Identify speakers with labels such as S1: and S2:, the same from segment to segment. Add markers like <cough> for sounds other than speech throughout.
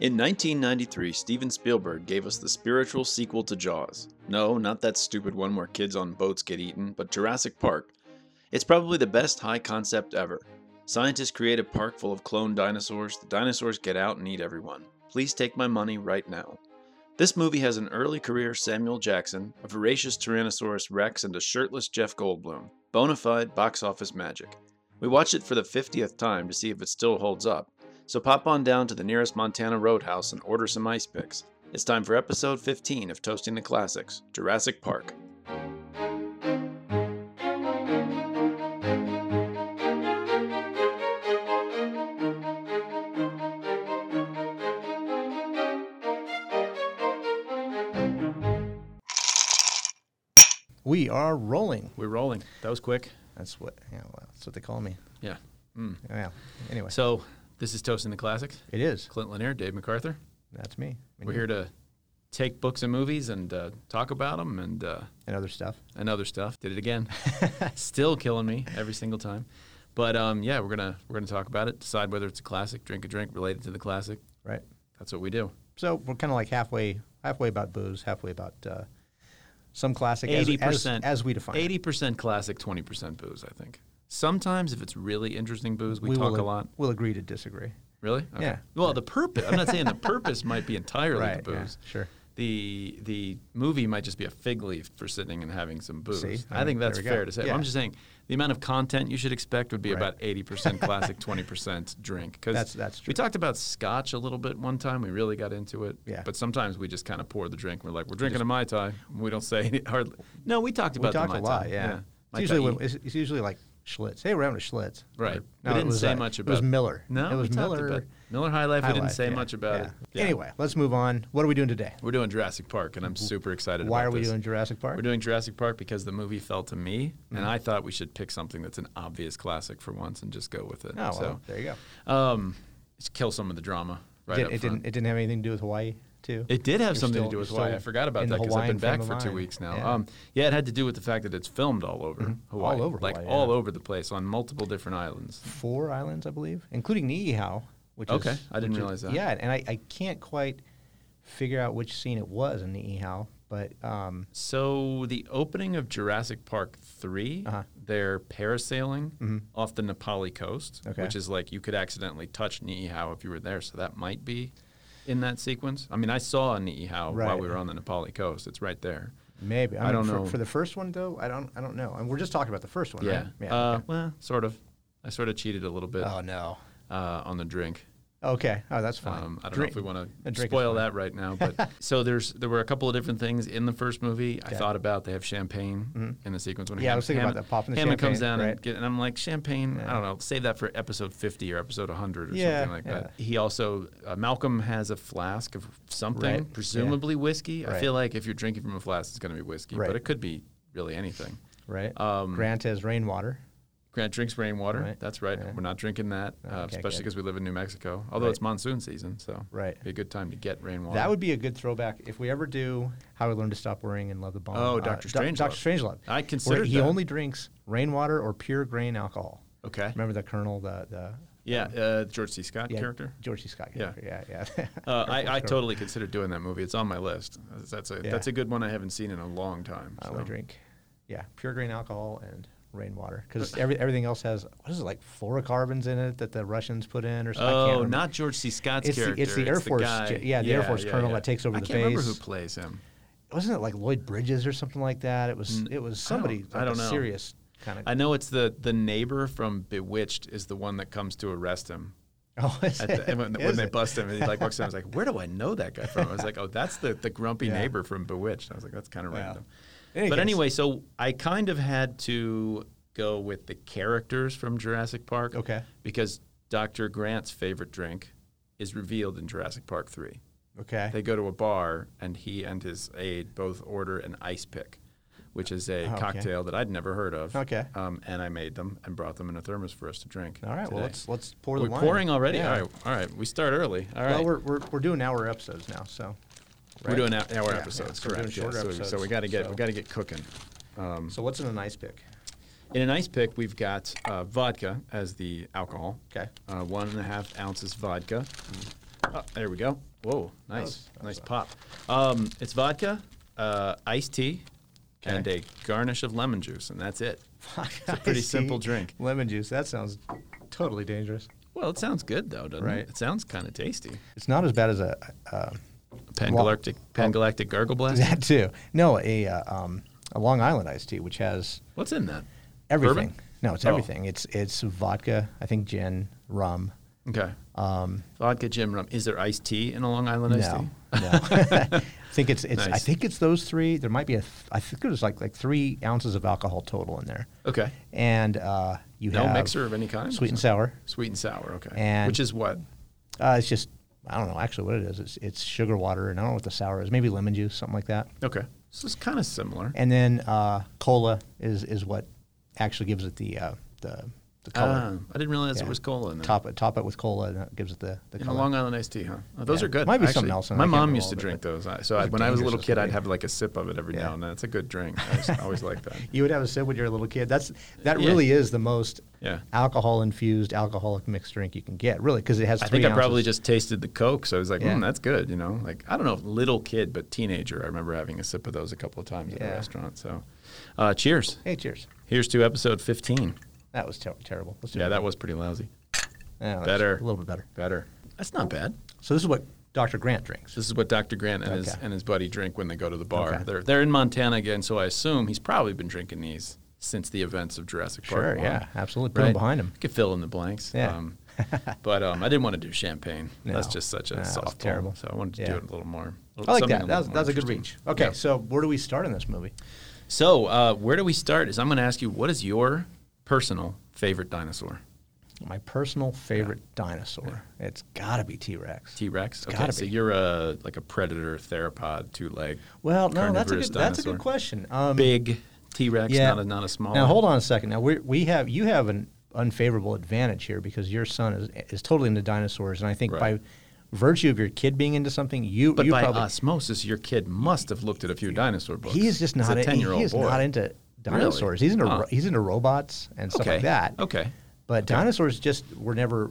S1: In 1993, Steven Spielberg gave us the spiritual sequel to Jaws. No, not that stupid one where kids on boats get eaten, but Jurassic Park. It's probably the best high concept ever. Scientists create a park full of cloned dinosaurs, the dinosaurs get out and eat everyone. Please take my money right now. This movie has an early career Samuel Jackson, a voracious Tyrannosaurus Rex, and a shirtless Jeff Goldblum. Bona fide box office magic. We watched it for the 50th time to see if it still holds up, so pop on down to the nearest Montana Roadhouse and order some ice picks. It's time for episode 15 of Toasting the Classics Jurassic Park.
S2: We are rolling.
S3: We're rolling. That was quick.
S2: That's what yeah, well, that's what they call me.
S3: Yeah.
S2: Yeah. Anyway,
S3: So this is Toasting the Classics.
S2: it is.
S3: Clint Lanier, Dave MacArthur.
S2: That's me. And
S3: We're
S2: you-
S3: here to take books and movies and uh, talk about them and uh,
S2: and other stuff.
S3: and other stuff. Did
S2: <laughs>
S3: it again. Still killing me every single time. But um, yeah, we're gonna we're gonna talk about it. Decide whether it's a classic. Drink a drink related to the classic.
S2: Right.
S3: That's what we do.
S2: So we're kind of like halfway, halfway about booze, halfway about uh, some classic. as-
S3: Eighty
S2: as, as,
S3: percent
S2: we define. it.
S3: Eighty percent classic, twenty percent booze. I think. Sometimes if it's really interesting booze, we,
S2: <laughs>
S3: talk
S2: will,
S3: a lot.
S2: We'll agree to disagree.
S3: Really?
S2: Yeah.
S3: Well, the purpose. I'm not saying the purpose might be entirely
S2: Right,
S3: the
S2: yeah,
S3: booze.
S2: sure.
S3: The the movie might just be a fig leaf for sitting and having some booze.
S2: See?
S3: I,
S2: I mean,
S3: think that's
S2: there we go.
S3: fair to say.
S2: Yeah.
S3: I'm just saying the amount of content you should expect would be
S2: Right.
S3: about 80% classic, 20% drink. Because
S2: That's- that's true.
S3: We talked about scotch a little bit one time. We really got into it.
S2: Yeah.
S3: But sometimes we just kind of pour the drink. We're like, we're drinking a mai tai. We don't say any, hardly. No, we talked
S2: We
S3: about
S2: talked
S3: the
S2: a
S3: mai tai.
S2: lot. Yeah. It's
S3: Mai
S2: usually
S3: tai.
S2: when, it's, it's usually like Schlitz. Hey, we're having a Schlitz.
S3: Right.
S2: Or- no,
S3: we
S2: it
S3: didn't
S2: was,
S3: say
S2: uh,
S3: much
S2: it
S3: about
S2: was Miller.
S3: No,
S2: it was
S3: we talked
S2: Miller.
S3: about- Miller High Life. we
S2: High
S3: didn't
S2: Life,
S3: say
S2: yeah,
S3: much about
S2: yeah.
S3: it. Yeah.
S2: Anyway, let's move on. What are we doing today?
S3: we're doing Jurassic Park, and I'm super excited.
S2: Why
S3: about
S2: are we
S3: this.
S2: doing Jurassic Park?
S3: We're doing Jurassic Park because the movie fell to me,
S2: Mm.
S3: and I thought we should pick something that's an obvious classic for once and just go with it.
S2: oh, well,
S3: so,
S2: there you go.
S3: um, just kill some of the drama. Right.
S2: Did-
S3: up
S2: it
S3: front.
S2: didn't. It didn't have anything to do with Hawaii, too.
S3: It did have
S2: You're
S3: something
S2: still-
S3: to do with
S2: you're
S3: Hawaii. I
S2: still
S3: forgot about
S2: in
S3: that
S2: the
S3: because I've been
S2: Hawaiian frame
S3: back
S2: of
S3: for two
S2: mind.
S3: weeks now.
S2: Yeah. Mm-hmm.
S3: Um, yeah, it had to do with the fact that it's filmed all over Hawaii,
S2: All over
S3: like
S2: Hawaii,
S3: all
S2: yeah.
S3: over the place on multiple different islands.
S2: four islands, I believe, including Niihau, which
S3: Okay,
S2: is
S3: I didn't
S2: which is-
S3: realize that.
S2: Yeah, and I, I can't quite figure out which scene it was in Niihau, but um,
S3: So the opening of Jurassic Park 3
S2: Uh-huh. Mm-hmm.
S3: they're parasailing off the Nepali coast,
S2: Okay.
S3: which is like you could accidentally touch Niihau if you were there. So that might be in that sequence. I mean, I saw Niihau while
S2: Right.
S3: we were on the Nepali coast. It's right there.
S2: maybe I,
S3: I
S2: mean,
S3: don't
S2: for,
S3: know.
S2: for the first one though. I don't I don't know. And we're just talking about the first one,
S3: Yeah.
S2: right? Yeah.
S3: uh,
S2: okay.
S3: Well, sort of. I sort of cheated a little bit
S2: Oh no.
S3: uh, on the drink.
S2: Okay. Oh, that's fine.
S3: Um, I don't
S2: Drink-
S3: know if we want
S2: a
S3: to
S2: drink is fine.
S3: spoil that right
S2: <laughs>
S3: now, but so there's there were a couple of different things in the first movie I
S2: Okay. Mm-hmm.
S3: thought about. They have champagne in the sequence when
S2: Yeah, I
S3: Ham-
S2: was thinking about
S3: Hammond-
S2: that, popping the
S3: Hammond comes
S2: champagne,
S3: down
S2: right.
S3: and, get, and I'm like champagne. I don't know. Save that for episode 50 or episode 100 or
S2: Yeah,
S3: something like that. He also uh, Malcolm has a flask of something,
S2: Right, yeah.
S3: presumably whiskey. I
S2: Right.
S3: feel like if you're drinking from a flask, it's going to be whiskey,
S2: Right.
S3: but it could be really anything.
S2: right.
S3: um,
S2: Grant has rainwater.
S3: Grant drinks rainwater.
S2: Right.
S3: That's right. We're not drinking that, uh,
S2: okay,
S3: especially
S2: good.
S3: because we live in New Mexico. Although it's monsoon season, so
S2: Right.
S3: be a good time to get rainwater.
S2: That would be a good throwback if we ever do How I Learned to Stop Worrying and Love the Bomb.
S3: Oh,
S2: Uh,
S3: Dr.
S2: Doc-
S3: Strangelove.
S2: Dr. Strangelove.
S3: I
S2: where
S3: considered
S2: he
S3: that.
S2: only drinks rainwater or pure grain alcohol.
S3: okay.
S2: Remember the Colonel, the the
S3: Yeah, uh, George C. Scott
S2: Yeah,
S3: character.
S2: George C. Scott
S3: Yeah.
S2: character. Yeah,
S3: <laughs>
S2: yeah.
S3: Uh, I, I totally considered doing that movie. It's on my list. That's a
S2: Yeah.
S3: that's a good one I haven't seen in a long time.
S2: I
S3: so.
S2: only drink, yeah, pure grain alcohol and rainwater
S3: Uh.
S2: because every, everything else has what is it like fluorocarbons in it that the Russians put in or something. I can't
S3: Oh,
S2: remember.
S3: not George C. Scott's
S2: It's the-
S3: character.
S2: it's the Air Force
S3: guy-
S2: ge- yeah, the Air Force colonel that takes over
S3: I
S2: the
S3: can't remember who
S2: base.
S3: plays him.
S2: wasn't it like Lloyd Bridges or something like that? It was it was somebody
S3: I
S2: like
S3: don't
S2: a
S3: know.
S2: serious kind of.
S3: I know it's the the neighbor from Bewitched is the one that comes to arrest him.
S2: <laughs> oh, is
S3: At the,
S2: it?
S3: and when
S2: Is <laughs>
S3: when they
S2: it?
S3: bust him, and he like walks in. I was like, "Where do I know that guy from?" I was like, "Oh, that's the, the grumpy
S2: Yeah.
S3: neighbor from Bewitched." I was like, "That's kind of
S2: Yeah.
S3: random."
S2: Any
S3: but
S2: case,
S3: anyway, so I kind of had to go with the characters from Jurassic Park.
S2: Okay.
S3: Because Dr. Grant's favorite drink is revealed in Jurassic Park 3.
S2: okay,
S3: They go to a bar, and he and his aide both order an ice pick, which is a
S2: Oh, okay.
S3: cocktail that I'd never heard of.
S2: Okay.
S3: Um, and I made them and brought them in a thermos for us to drink.
S2: all right. Well,
S3: today.
S2: let's let's pour
S3: We're
S2: the wine.
S3: pouring already.
S2: Yeah.
S3: All right, all right. We start early. All right.
S2: Well, we're, we're we're doing hour episodes now, so
S3: We're doing hour, hour
S2: Yeah,
S3: episodes,
S2: yeah, so we're doing
S3: correct? yeah.
S2: shorter
S3: so, so
S2: episodes,
S3: we got to get
S2: so-
S3: we got to get cooking.
S2: so what's in a nice <laughs> pick?
S3: In an ice pick, we've got uh, vodka as the alcohol.
S2: Okay. Mm-hmm.
S3: Uh, one and a half ounces vodka. Uh, there we go. Whoa, nice,
S2: was- that was
S3: nice pop. Um, it's vodka, uh, iced tea, and a
S2: Okay.
S3: garnish of lemon juice, and that's it.
S2: <laughs>
S3: a pretty
S2: Iced
S3: simple
S2: tea,
S3: drink.
S2: Lemon juice. That sounds totally dangerous.
S3: Well, it sounds good though, doesn't
S2: Right.
S3: it? It sounds kind of tasty.
S2: It's not as bad as a uh,
S3: Pangalactic, Pangalactic Gargle Blast.
S2: that too. No, a uh, um, a Long Island iced tea, which has
S3: What's in that?
S2: everything.
S3: Bourbon?
S2: No, it's
S3: Oh.
S2: everything. It's it's vodka. I think gin, rum.
S3: Okay. Vodka, gin, rum. Is there iced tea in a Long Island iced
S2: No,
S3: tea?
S2: no. <laughs> I think it's it's. I
S3: Nice.
S2: think it's those three. There might be a. Th- I think there's like like three ounces of alcohol total in there,
S3: Okay.
S2: and uh, you
S3: No
S2: have
S3: mixer of any kind.
S2: sweet and sour.
S3: Sweet and sour. Okay.
S2: And-
S3: Which is what?
S2: Uh, it's just I don't know actually what it is. It's it's sugar water, and I don't know what the sour is. Maybe lemon juice, something like that.
S3: Okay. So it's kind of similar.
S2: And then uh, cola is is what actually gives it the uh, the the color.
S3: Ah, I didn't realize
S2: Yeah.
S3: there was cola in there.
S2: Top it top it with cola, and that gives it the the
S3: Ah. In a
S2: color.
S3: Long Island iced tea, huh? Oh, those
S2: Yeah.
S3: are good.
S2: Might be something else, and I
S3: My
S2: can't
S3: mom
S2: remember
S3: used
S2: all
S3: to
S2: of it,
S3: drink
S2: but
S3: those. I- So
S2: those
S3: I,
S2: are
S3: when I was a
S2: dangerous
S3: little
S2: as
S3: kid, I'd
S2: heck.
S3: have like a sip of it every
S2: Yeah.
S3: now and then. It's a good drink. I was- <laughs> I always like that.
S2: you would have a sip when you're a little kid. That's that
S3: Yeah.
S2: really is the most
S3: Yeah.
S2: alcohol infused alcoholic mixed drink you can get, really, because it has.
S3: I
S2: three
S3: think I probably
S2: ounces.
S3: just tasted the Coke, so I was like,
S2: Yeah.
S3: mm, "That's good," you know. Like I don't know, little kid, but teenager. I remember having a sip of those a couple of times at a
S2: Yeah.
S3: restaurant. So, uh, cheers.
S2: Hey, cheers.
S3: Here's to episode 15.
S2: That was ter- terrible. Let's do
S3: Yeah,
S2: it.
S3: that was pretty lousy.
S2: Yeah, that's
S3: better.
S2: A little bit better.
S3: Better. That's not bad.
S2: So this is what Dr. Grant drinks.
S3: This is what Dr. Grant and his
S2: Okay.
S3: and his buddy drink when they go to the bar.
S2: Okay.
S3: They're they're in Montana again, so I assume he's probably been drinking these since the events of Jurassic Park.
S2: Sure,
S3: one.
S2: yeah, absolutely. Put 'em behind him.
S3: You could fill in the blanks.
S2: Yeah. <laughs>
S3: Um, but um, I didn't want to do champagne. That's
S2: No.
S3: just such a
S2: No, it's
S3: soft
S2: terrible.
S3: So I wanted to do
S2: Yeah.
S3: it a little more.
S2: I like
S3: something
S2: that.
S3: little
S2: That was,
S3: more
S2: that was a good reach.
S3: interesting.
S2: Okay,
S3: Yeah.
S2: so where do we start in this movie?
S3: So uh, where do we start? Is I'm going to ask you what is your personal favorite dinosaur?
S2: My personal favorite dinosaur. It's got to be T Rex.
S3: T Rex. Okay,
S2: gotta
S3: so
S2: be.
S3: you're a like a predator theropod, two leg.
S2: Well, no, that's a
S3: carnivorous
S2: good, that's a
S3: dinosaur.
S2: good question. Um,
S3: Big T Rex,
S2: yeah.
S3: not a not a small.
S2: Now
S3: one.
S2: hold on a second. Now we we have you have an unfavorable advantage here because your son is is totally into dinosaurs, and I think
S3: Right.
S2: by virtue of your kid being into something, you
S3: But
S2: you
S3: by
S2: probably
S3: osmosis, your kid must have looked at a few dinosaur books.
S2: he is just not
S3: He's a
S2: a-
S3: ten year
S2: he
S3: old
S2: is
S3: boy.
S2: not into dinosaurs. He's into
S3: Huh.
S2: ro- he's into robots and stuff
S3: okay.
S2: like that.
S3: Okay.
S2: But dinosaurs just were never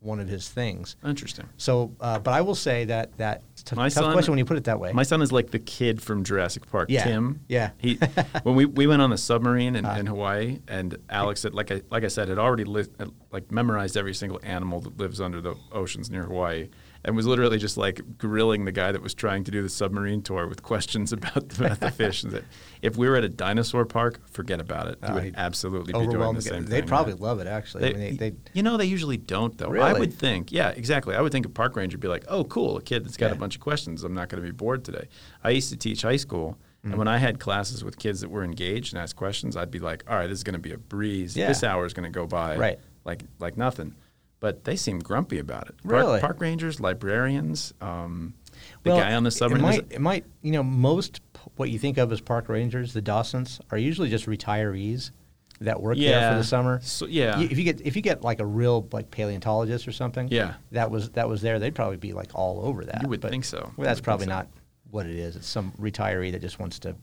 S2: one of his things.
S3: Interesting.
S2: So, uh, but I will say that that it's a t-
S3: My
S2: tough
S3: son-
S2: question when you put it that way.
S3: My son is like the kid from Jurassic Park,
S2: Yeah,
S3: Tim.
S2: yeah. <laughs> Uh-huh.
S3: He when we, we went on the submarine in, in Hawaii, and Alex had like I like I said had already li- had, like memorized every single animal that lives under the oceans near Hawaii, and was literally just like grilling the guy that was trying to do the submarine tour with questions <laughs> about the, about the fish. And that if we were at a dinosaur park, forget about it. He would
S2: he'd
S3: absolutely be doing
S2: Uh-huh. overwhelmed.
S3: the same
S2: They
S3: thing.
S2: probably
S3: yeah.
S2: love it actually. I mean, they, they
S3: you know, they usually don't though. I
S2: Really?
S3: would think, yeah, exactly. I would think a park ranger would be like, "Oh, cool, a kid that's got a
S2: Yeah.
S3: bunch of questions. I'm not going to be bored today." I used to teach high school, and
S2: Mm-hmm.
S3: when I had classes with kids that were engaged and asked questions, I'd be like, "All right, this is going to be a breeze.
S2: Yeah.
S3: This hour is going to go by
S2: Right.
S3: like like nothing." But they seem grumpy about it. Park,
S2: Really?
S3: park rangers, librarians, um, the guy on the
S2: it-
S3: submarine.
S2: It
S3: is-
S2: might, it might, you know, most p- what you think of as park rangers, the Dawsons, are usually just retirees that work there
S3: Yeah.
S2: for the summer.
S3: So- yeah.
S2: You- if you get if you get like a real like paleontologist or something,
S3: Yeah.
S2: that was that was there. They'd probably be like all over that.
S3: You would
S2: but
S3: think so. You would
S2: that's
S3: think
S2: probably
S3: so.
S2: not what it is. It's some retiree that just wants to.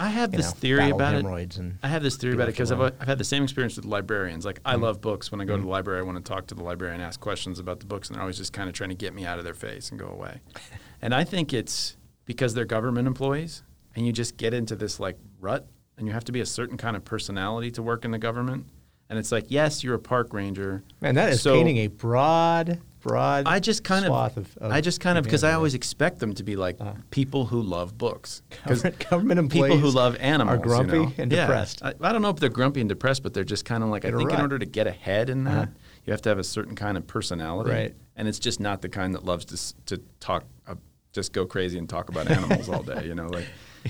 S3: I have
S2: you
S3: this
S2: know,
S3: theory
S2: battle
S3: about
S2: hemorrhoids
S3: it.
S2: and
S3: I have this theory about it
S2: left
S3: because I've,
S2: alone.
S3: I've had the same experience with librarians. Like,
S2: Mm-hmm.
S3: I love books. When I go to the library, I want to talk to the librarian, ask questions about the books, and they're always just kind of trying to get me out of their face and
S2: <laughs>
S3: go away. and I think it's because they're government employees, and you just get into this like rut, and you have to be a certain kind of personality to work in the government. And it's like, yes, you're a park ranger.
S2: Man, that is
S3: so-
S2: painting a broad, broad.
S3: I just kind
S2: swath
S3: of,
S2: of, of
S3: I just kind of because I
S2: humanity. Uh-huh.
S3: always expect them to be like people who love books.
S2: <laughs>
S3: 'Cause
S2: Government-
S3: <laughs>
S2: government
S3: people who
S2: employees
S3: love
S2: are
S3: animals you
S2: grumpy
S3: know?
S2: and
S3: Yeah.
S2: depressed.
S3: I, I don't know if they're grumpy and depressed, but they're just kind of like I
S2: a
S3: think in
S2: rut.
S3: order to get ahead in that, you have to have a certain kind of personality,
S2: Uh-huh. Right.
S3: And it's just not the kind that loves to s- to talk, uh, just go crazy and talk about animals all day. You
S2: <laughs>
S3: know, like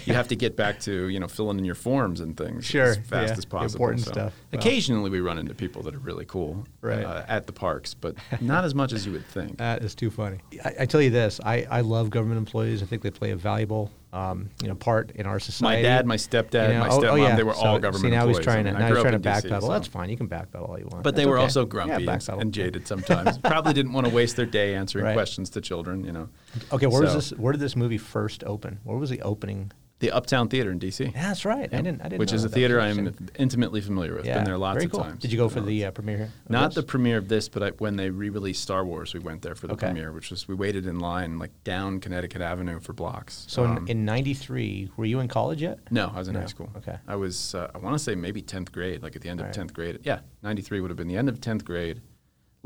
S3: you have to get back to you know filling in your forms and things
S2: Sure,
S3: as fast
S2: yeah,
S3: as possible.
S2: important stuff. Wow.
S3: Occasionally, we run into people that are really cool
S2: Right.
S3: uh, at the parks, but not as much as you would think.
S2: That is too funny. I, I tell you this, I, I love government employees. I think they play a valuable um, you know part in our society.
S3: dad, my stepdad, my
S2: oh- oh,
S3: stepmom, they were all government
S2: see, now
S3: employees.
S2: He's trying
S3: I
S2: to,
S3: mean, I
S2: now he's
S3: grew
S2: trying
S3: up
S2: to
S3: in DC,
S2: backpedal.
S3: so-
S2: That's fine. You can backpedal all you want.
S3: But they
S2: That's
S3: were
S2: okay.
S3: also
S2: Yeah,
S3: grumpy and,
S2: backpedal.
S3: and jaded sometimes.
S2: <laughs>
S3: Probably didn't want to waste their day answering
S2: Right.
S3: questions to children, you know.
S2: Okay, where was
S3: So-
S2: this? Where did this movie first open? Where was the opening
S3: The Uptown Theater in D.C.
S2: Yeah, that's right. I didn't. I didn't.
S3: Which
S2: know
S3: is a
S2: that. That
S3: theater
S2: was
S3: I'm
S2: interesting.
S3: intimately familiar with. Been there lots
S2: very
S3: of
S2: cool.
S3: times.
S2: Did you go for the uh, premiere? of
S3: Not the
S2: this?
S3: premiere of this, but I, when they re-released Star Wars, we went there for the
S2: Okay.
S3: premiere, which was we waited in line like down Connecticut Avenue for blocks.
S2: So in-
S3: Um,
S2: in '93, were you in college yet?
S3: no, I was in
S2: No,
S3: high school.
S2: okay.
S3: I was uh, I want to say maybe tenth grade, like at the end of
S2: Alright.
S3: tenth grade. Yeah, ninety three would have been the end of tenth grade.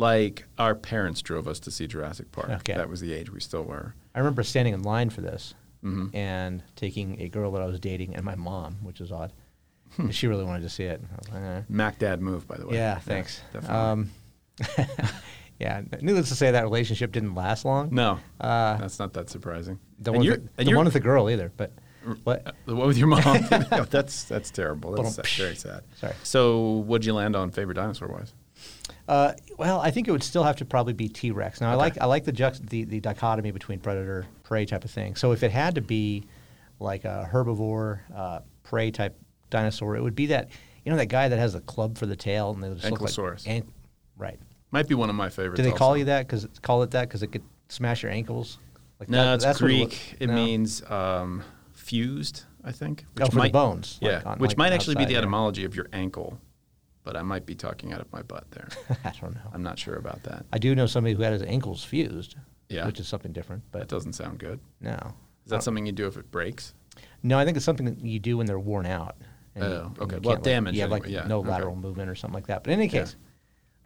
S3: Like our parents drove us to see Jurassic Park.
S2: Okay.
S3: That was the age we still were.
S2: I remember standing in line for this
S3: Mm-hmm.
S2: and taking a girl that I was dating and my mom, which is odd.
S3: Hmm.
S2: 'cause She really wanted to see it. I was like, eh.
S3: Mac Dad move, by the way.
S2: Yeah, thanks.
S3: definitely.
S2: um, yeah, n- needless to say, that relationship didn't last long.
S3: no, that's not that surprising.
S2: uh, the
S3: And
S2: one,
S3: you're-
S2: with the,
S3: and
S2: the
S3: you're-
S2: one with the girl either. But what?
S3: <laughs> The one with your
S2: <laughs>
S3: mom. <laughs> No, that's that's terrible. That's sad.
S2: Ba-dum-psh.
S3: very sad.
S2: Sorry.
S3: So, what'd you land on favorite dinosaur wise?
S2: Uh, well, I think it would still have to probably be T Rex. Now, I like I like the, juxt- the the dichotomy between predator prey type of thing. So if it had to be like a herbivore uh, prey type dinosaur, it would be that you know that guy that has the club for the tail and they just look
S3: Ankylosaurus.
S2: like an- right.
S3: Might be one of my favorites.
S2: Do they call
S3: also.
S2: you that? Cause call it that because it could smash your ankles. Like
S3: No,
S2: that-
S3: it's
S2: that's what it
S3: Greek.
S2: look-
S3: It
S2: no.
S3: means um, fused. I think.
S2: Oh, for the bones, like
S3: Yeah,
S2: on-
S3: which
S2: like
S3: might actually be
S2: outside,
S3: the
S2: yeah.
S3: etymology of your ankle, but I might be talking out of my butt
S2: <laughs>
S3: there.
S2: I don't know.
S3: I'm not sure about that.
S2: I do know somebody who had his ankles fused.
S3: Yeah.
S2: which is something different.
S3: That
S2: But
S3: doesn't sound good.
S2: no,
S3: Is that something you do if it breaks?
S2: No, I think it's something that you do when they're worn out. and you-
S3: Oh,
S2: and you
S3: okay. Well,
S2: can't, like-
S3: damage
S2: You have like
S3: anyway, yeah,
S2: no
S3: okay.
S2: lateral movement or something like that. But in any case,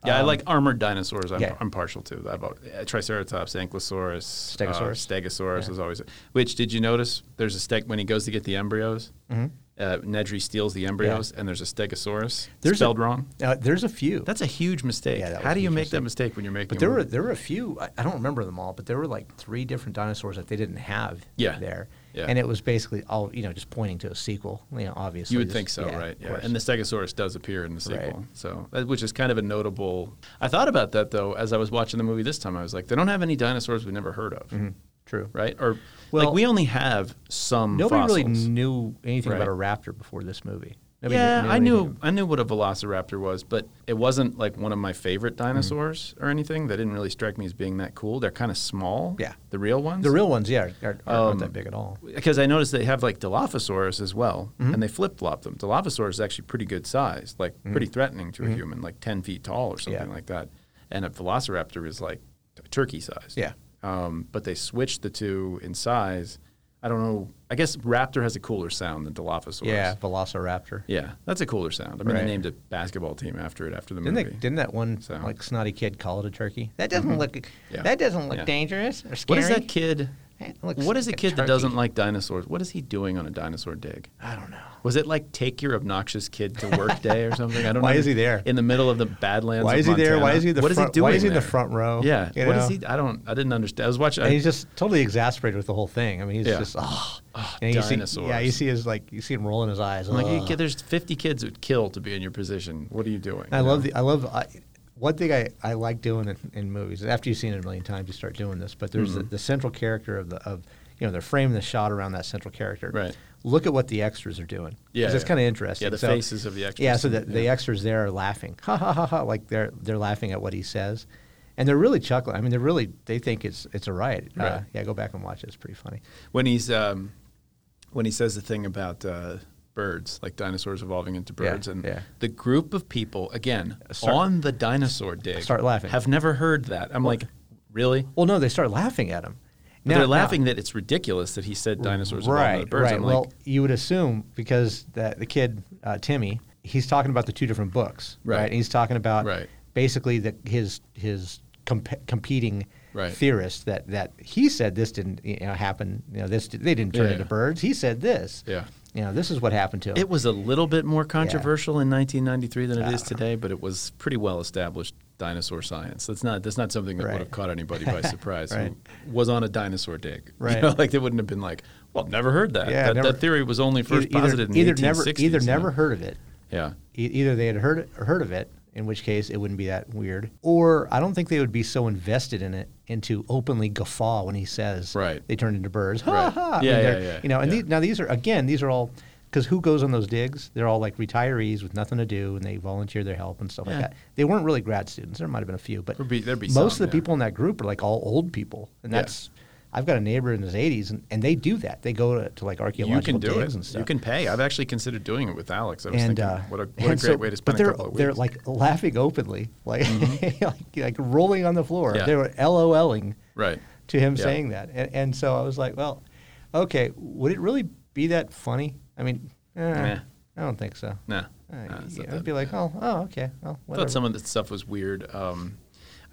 S3: Yeah, I like armored dinosaurs. I'm,
S2: Um, yeah.
S3: I'm partial to. I've, al- uh, Triceratops, Ankylosaurus,
S2: Stegosaurus.
S3: uh, Stegosaurus is always. Which did you notice? There's a steg when he goes to get the embryos.
S2: Mm-hmm.
S3: Uh, Nedry steals the embryos, and there's a Stegosaurus
S2: There's a-
S3: spelled wrong.
S2: uh, there's a few.
S3: That's a huge mistake.
S2: Yeah, that
S3: How
S2: was a
S3: do you
S2: huge
S3: make that mistake when you're making?
S2: but
S3: a
S2: there were
S3: movie?
S2: there were a few. I, I don't remember them all, but there were like three different dinosaurs that they didn't have
S3: Yeah.
S2: there.
S3: Yeah.
S2: And it was basically all you know, just pointing to a sequel. You know, obviously
S3: You would
S2: just-
S3: think so,
S2: yeah,
S3: right?
S2: of
S3: Yeah.
S2: course.
S3: And the Stegosaurus does appear in the sequel,
S2: Right.
S3: so that- which is kind of a notable. I thought about that though as I was watching the movie this time. I was like, they don't have any dinosaurs we've never heard of,
S2: true.
S3: right? Or like
S2: Mm-hmm. Well,
S3: we only have some.
S2: Nobody
S3: fossils.
S2: really knew anything about a raptor before this movie. Nobody
S3: yeah, I
S2: anything.
S3: knew I knew what a Velociraptor was, but it wasn't like one of my favorite
S2: Mm-hmm.
S3: dinosaurs or anything. They didn't really strike me as being that cool. They're kind of small.
S2: Yeah.
S3: the real ones.
S2: the real ones. Yeah, are, are not
S3: Um,
S2: that big at all.
S3: because I noticed they have like Dilophosaurus as well,
S2: Mm-hmm.
S3: and they flip flop them. Dilophosaurus is actually pretty good size, like pretty threatening to a human, like ten feet tall or something
S2: Mm-hmm. Yeah.
S3: like that. And a Velociraptor is like a turkey size.
S2: Yeah.
S3: Um, but they switched the two in size. I don't know. I guess Raptor has a cooler sound than Dilophosaurus.
S2: Yeah, Velociraptor.
S3: Yeah, that's a cooler sound. I mean,
S2: Right.
S3: they named a basketball team after it after the
S2: Didn't,
S3: movie.
S2: they, didn't that one
S3: So- Mm-hmm.
S2: like snotty kid call it a turkey? That doesn't look.
S3: Yeah.
S2: That doesn't look
S3: Yeah.
S2: dangerous or scary.
S3: what is that kid?
S2: It looks
S3: What is a
S2: like a
S3: kid that
S2: turkey.
S3: doesn't like dinosaurs? What is he doing on a dinosaur dig?
S2: I don't know.
S3: Was it like take your obnoxious kid to
S2: <laughs>
S3: work day or something? I don't
S2: Why
S3: know.
S2: is he there?
S3: In the middle of the badlands.
S2: Why
S3: of
S2: is he there? Why
S3: Montana.
S2: is he the
S3: What
S2: front-
S3: he doing?
S2: why is he in the
S3: there?
S2: front row?
S3: Yeah.
S2: You
S3: What is
S2: know?
S3: he? I don't. I didn't understand. I was watching.
S2: And
S3: I,
S2: he's just totally exasperated with the whole thing. I mean, he's
S3: Yeah. Ah,
S2: just oh,
S3: dinosaurs.
S2: yeah, you see his like you see him rolling his eyes.
S3: I'm like, you
S2: "Ugh."
S3: kid, there's 50 kids who'd kill to be in your position. What are you doing?
S2: I
S3: You
S2: love
S3: know?
S2: the I love I, one thing I, I like doing in, in movies. After you've seen it a million times, you start doing this. But there's the,
S3: Mm-hmm.
S2: the central character of the of you know they're framing the shot around that central character.
S3: Right.
S2: Look at what the extras are doing.
S3: Yeah,
S2: Yeah, it's
S3: yeah.
S2: kind of interesting.
S3: Yeah, the
S2: So-
S3: faces of the extras.
S2: Yeah, so the, the extras there are laughing, ha ha ha ha, like they're they're laughing at what he says, and they're really chuckling. I mean, they're really they think it's it's a riot. Uh,
S3: Right.
S2: yeah, go back and watch it. It's pretty funny.
S3: when he's um, when he says the thing about uh, birds, like dinosaurs evolving into
S2: Yeah,
S3: birds, and
S2: yeah. Uh,
S3: the group of people again
S2: Start-
S3: on the dinosaur dig
S2: Start laughing.
S3: have never heard that. I'm like, really?
S2: Well, no, they start laughing at him.
S3: But
S2: Now-
S3: they're
S2: now-
S3: laughing that it's ridiculous that he said dinosaurs evolved into birds.
S2: Right.
S3: I'm like,
S2: well, you would assume because that the kid uh, Timmy, he's talking about the two different books, right?
S3: Right.
S2: And he's talking about
S3: Right.
S2: basically the, his his comp- competing
S3: Right.
S2: theorists that that he said this didn't you know, happen. You know, this they didn't turn
S3: Yeah.
S2: into birds. He said this.
S3: Yeah.
S2: You know, this is what happened to him.
S3: It was a little bit more controversial in 1993 than it is today, but it was pretty well established dinosaur science. That's not that's not something that
S2: Right.
S3: would have caught
S2: <laughs>
S3: anybody by surprise
S2: Right.
S3: who was on a dinosaur dig. <laughs> You
S2: Right.
S3: know, like they wouldn't have been like, "Well, never heard that.
S2: Yeah,
S3: that,
S2: never-
S3: that theory was only
S2: Either-
S3: first posited
S2: either,
S3: in the 1860s."
S2: never either
S3: you know?
S2: never heard of it.
S3: Yeah.
S2: E- either they had heard heard of it, in which case it wouldn't be that weird, or I don't think they would be so invested in it into openly guffaw when he says
S3: Right.
S2: they turned into birds. Ha
S3: Right.
S2: ha! I
S3: Yeah,
S2: mean,
S3: yeah,
S2: they're-
S3: yeah,
S2: You know, and
S3: yeah.
S2: these, now these are again these are all because who goes on those digs? They're all like retirees with nothing to do, and they volunteer their help and stuff
S3: Yeah.
S2: like that. They weren't really grad students. There might have been a few, but
S3: There'd be- there'd be
S2: most
S3: some,
S2: of the
S3: yeah.
S2: people in that group are like all old people, and
S3: Yeah.
S2: that's. I've got a neighbor in his 80s, and, and they do that. They go to, to like
S3: You
S2: archaeological
S3: can do
S2: digs
S3: it.
S2: and stuff.
S3: You can pay. I've actually considered doing it with Alex. I was
S2: and
S3: thinking,
S2: uh,
S3: what a, what a
S2: and
S3: great
S2: so-
S3: way to spend
S2: but they're
S3: a couple of weeks. Mm-hmm.
S2: they're like laughing openly, <laughs> like like, like rolling on the floor.
S3: Yeah.
S2: They were LOLing
S3: right.
S2: to him
S3: Yeah.
S2: saying that, and, and so I was like, well, okay, would it really be that funny? I mean, eh,
S3: Nah.
S2: I don't think so.
S3: Nah.
S2: Uh,
S3: Nah, Ah, it's not
S2: I'd
S3: that
S2: be like, oh, oh, okay, well,
S3: I
S2: whatever.
S3: thought some of the stuff was weird. Um,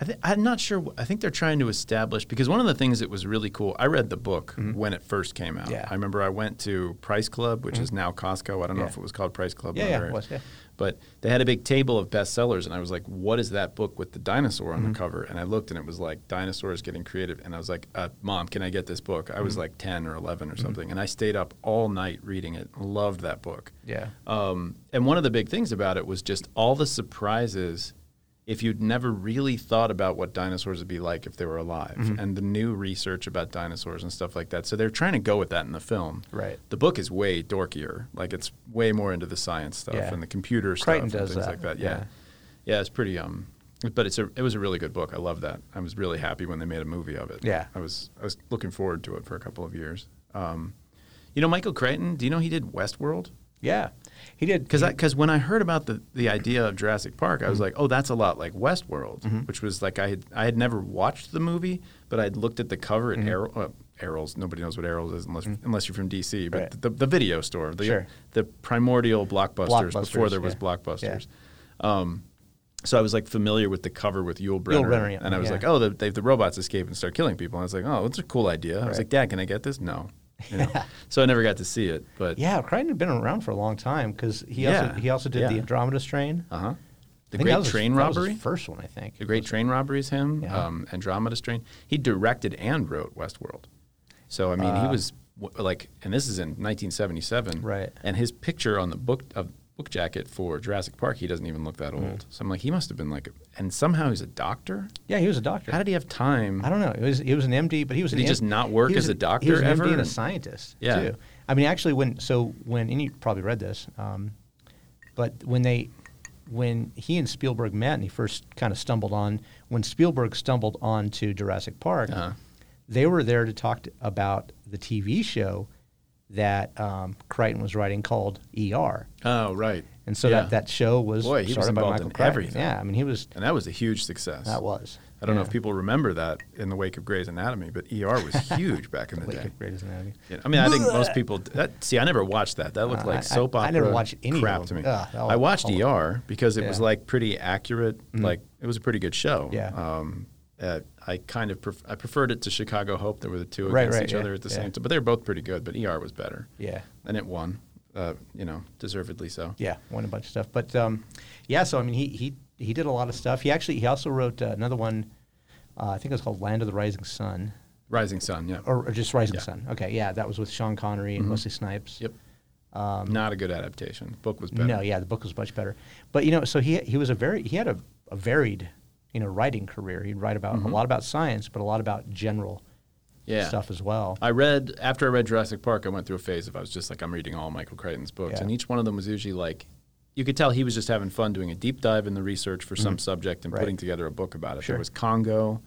S3: I th- I'm not sure. wh- I think they're trying to establish because one of the things that was really cool. I read the book when it first came out.
S2: Mm-hmm. Yeah. Mm-hmm.
S3: I remember I went to Price Club, which is now Costco. I don't know
S2: Yeah.
S3: if it was called Price Club.
S2: Yeah,
S3: when I
S2: yeah, it
S3: read
S2: was, yeah.
S3: But they had a big table of bestsellers, and I was like, "What is that book with the dinosaur on
S2: Mm-hmm.
S3: the cover?" And I looked, and it was like dinosaurs getting creative. And I was like, uh, "Mom, can I get this book?" I
S2: Mm-hmm.
S3: was like ten or eleven or something, and I stayed up all night reading it. Loved that book.
S2: yeah,
S3: Um, and one of the big things about it was just all the surprises. If you'd never really thought about what dinosaurs would be like if they were alive,
S2: Mm-hmm.
S3: and the new research about dinosaurs and stuff like that, so they're trying to go with that in the film.
S2: Right.
S3: The book is way dorkier, like it's way more into the science stuff
S2: Yeah.
S3: and the computer
S2: Crichton
S3: stuff and
S2: does
S3: things
S2: that,
S3: like that. Yeah. yeah, it's pretty. Um, but it's a it was a really good book. I love that. I was really happy when they made a movie of it.
S2: Yeah.
S3: I was I was looking forward to it for a couple of years. Um, you know, Michael Crichton. Do you know he did Westworld?
S2: yeah. He did
S3: Because
S2: he-
S3: because when I heard about the, the idea of Jurassic Park, I was
S2: Mm-hmm.
S3: like, oh, that's a lot like Westworld, which was like I had I had never watched the movie, but I'd looked at the cover
S2: Mm-hmm.
S3: at Errol, uh, Errol's. Nobody knows what Errol's is unless unless you're from DC. But
S2: Right.
S3: the, the video store, the
S2: Sure.
S3: the primordial blockbusters, before
S2: Blockbusters,
S3: there was
S2: yeah.
S3: blockbusters. Um, so I was like familiar with the cover with Yul Brynner,
S2: Brynner, yeah.
S3: and I was
S2: Yeah.
S3: like, oh, the, they, the robots escape and start killing people. And I was like, oh, that's a cool idea. I was
S2: Right.
S3: like, Dad, can I get this? No.
S2: <laughs>
S3: You know? so I never got to see it, but
S2: yeah, Crichton had been around for a long time because he
S3: Yeah,
S2: also he also did
S3: yeah.
S2: the Andromeda Strain.
S3: Uh huh. The
S2: I think that
S3: Great
S2: was his-
S3: Train
S2: that was his
S3: Robbery.
S2: first one, I think.
S3: The Great Train Robbery is him.
S2: Yeah.
S3: Um, Andromeda Strain. He directed and wrote Westworld. So I mean,
S2: Ah.
S3: he was w- like, and this is in 1977,
S2: Right.
S3: And his picture on the book of book jacket for Jurassic Park, he doesn't even look that
S2: Hmm.
S3: old. So I'm like, he must have been like, and somehow he's a doctor.
S2: Yeah, he was a doctor.
S3: How did he have time?
S2: I don't know. It was he was an MD, but he was
S3: Did
S2: an
S3: he just
S2: M-
S3: not work
S2: he was
S3: as a doctor
S2: He was an
S3: ever?
S2: MD and a
S3: And-
S2: scientist.
S3: Yeah.
S2: Too. I mean, actually, when so when and you probably read this, um, but when they when he and Spielberg met and he first kind of stumbled on when Spielberg stumbled onto Jurassic Park,
S3: Uh-huh.
S2: they were there to talk t about the TV show that um, Crichton was writing called ER,
S3: Oh, right.
S2: and so
S3: Yeah.
S2: that, that show was
S3: Boy, he was
S2: started by
S3: involved
S2: Michael
S3: in
S2: Crichton.
S3: everything.
S2: Yeah, I mean, he was
S3: and that was a huge success.
S2: that was.
S3: I don't know
S2: Yeah.
S3: if people remember that in the wake of Grey's Anatomy, but ER
S2: <laughs>
S3: was huge back in the
S2: Wait,
S3: day.
S2: Grey's Anatomy.
S3: Yeah, I mean, I think most people that see. I never watched that. That looked
S2: Uh,
S3: like
S2: I-
S3: soap
S2: I-
S3: opera.
S2: I never watched any of
S3: crap
S2: them.
S3: to me.
S2: Ugh, I'll-
S3: I watched
S2: I'll-
S3: ER because it was
S2: Yeah. Mm-hmm.
S3: like pretty accurate. Like it was a pretty good show.
S2: Yeah.
S3: Um, uh, I kind of pref- I preferred it to Chicago Hope. There were the two
S2: Right,
S3: against
S2: right,
S3: each
S2: yeah,
S3: other at the
S2: yeah.
S3: same time, but they were both pretty good. But ER was better.
S2: Yeah.
S3: And it won. Uh, you know, deservedly so.
S2: Yeah, won a bunch of stuff. But um, yeah, so I mean, he he he did a lot of stuff. He actually he also wrote uh, another one. Uh, I think it was called Land of the Rising Sun,
S3: Rising Sun. Yeah.
S2: or, or just Rising
S3: Yeah. Mm-hmm.
S2: Sun. Okay, yeah, that was with Sean Connery and Wesley Snipes.
S3: yep. Not a good adaptation. The book was better.
S2: um, No, yeah, the book was much better. But you know, so he he was a very he had a, a varied you know writing career. He'd write about a lot about science, but a lot about general
S3: Mm-hmm. Yeah.
S2: stuff as well.
S3: I read after I read Jurassic Park, I went through a phase of I was just like I'm reading all Michael Crichton's books,
S2: Yeah.
S3: and each one of them was usually like you could tell he was just having fun doing a deep dive in the research for some subject and
S2: Mm-hmm. Right.
S3: putting together a book about it.
S2: Sure. Mm-hmm.
S3: There was Congo,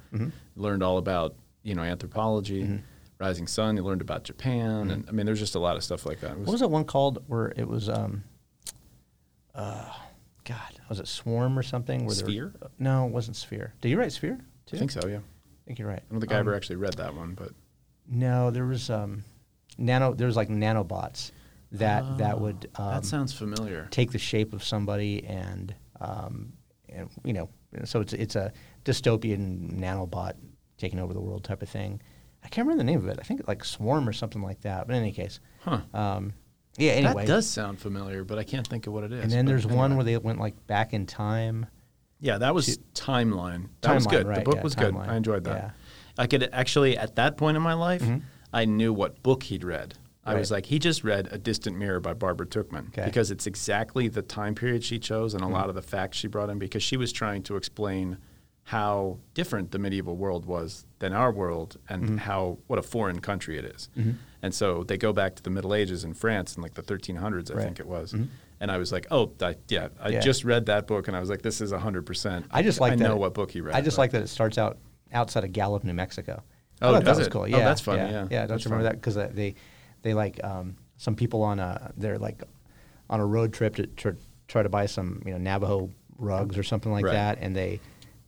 S3: learned all about you know anthropology, Rising Sun, you learned about Japan, and I mean there's just a lot of stuff like that. It was-
S2: Mm-hmm. What was that one called where it was um uh God, was it Swarm or something? Where they were-
S3: Sphere?
S2: no, it wasn't Sphere. Did you write Sphere too?
S3: I think so, yeah. I
S2: I think you're right.
S3: don't think I
S2: Um,
S3: ever actually read that one, but
S2: No, there was um nano there was like nanobots that
S3: Ah,
S2: that would um,
S3: that sounds familiar.
S2: take the shape of somebody and um and you know so it's it's a dystopian nanobot taking over the world type of thing. I can't remember the name of it. I think like Swarm or something like that. But in any case.
S3: Huh.
S2: Um yeah, anyway.
S3: That does sound familiar, but I can't think of what it is.
S2: And then
S3: But
S2: there's
S3: anyway.
S2: one where they went like back in time.
S3: Yeah, that was timeline. That was
S2: Timeline,
S3: good. the
S2: right,
S3: book
S2: yeah,
S3: was
S2: Timeline,
S3: good. I enjoyed that.
S2: yeah. Mm-hmm.
S3: I could actually, at that point in my life, I knew what book he'd read. I was
S2: Right.
S3: like, he just read A Distant Mirror by Barbara Tuchman
S2: Okay. Mm-hmm.
S3: because it's exactly the time period she chose and a lot of the facts she brought in because she was trying to explain how different the medieval world was than our world and
S2: Mm-hmm.
S3: how what a foreign country it is. And so they go back to the Middle Ages in France in like the 1300s, I think it was. And I was like, oh, I, yeah, I
S2: Mm-hmm. Yeah.
S3: just read that book and I was like, this is 100%.
S2: I just like
S3: I
S2: that
S3: know
S2: it-
S3: what book he read.
S2: I just
S3: but-
S2: like that it starts out outside of Gallup, New Mexico. I
S3: Oh,
S2: thought that
S3: does
S2: was
S3: it?
S2: cool.
S3: Oh,
S2: Yeah,
S3: that's funny. Yeah,
S2: yeah. don't
S3: that's
S2: you remember that?
S3: funny.
S2: Because they, they like um, some people on a they're like on a road trip to, to try to buy some you know Navajo rugs or something like
S3: Right.
S2: that, and they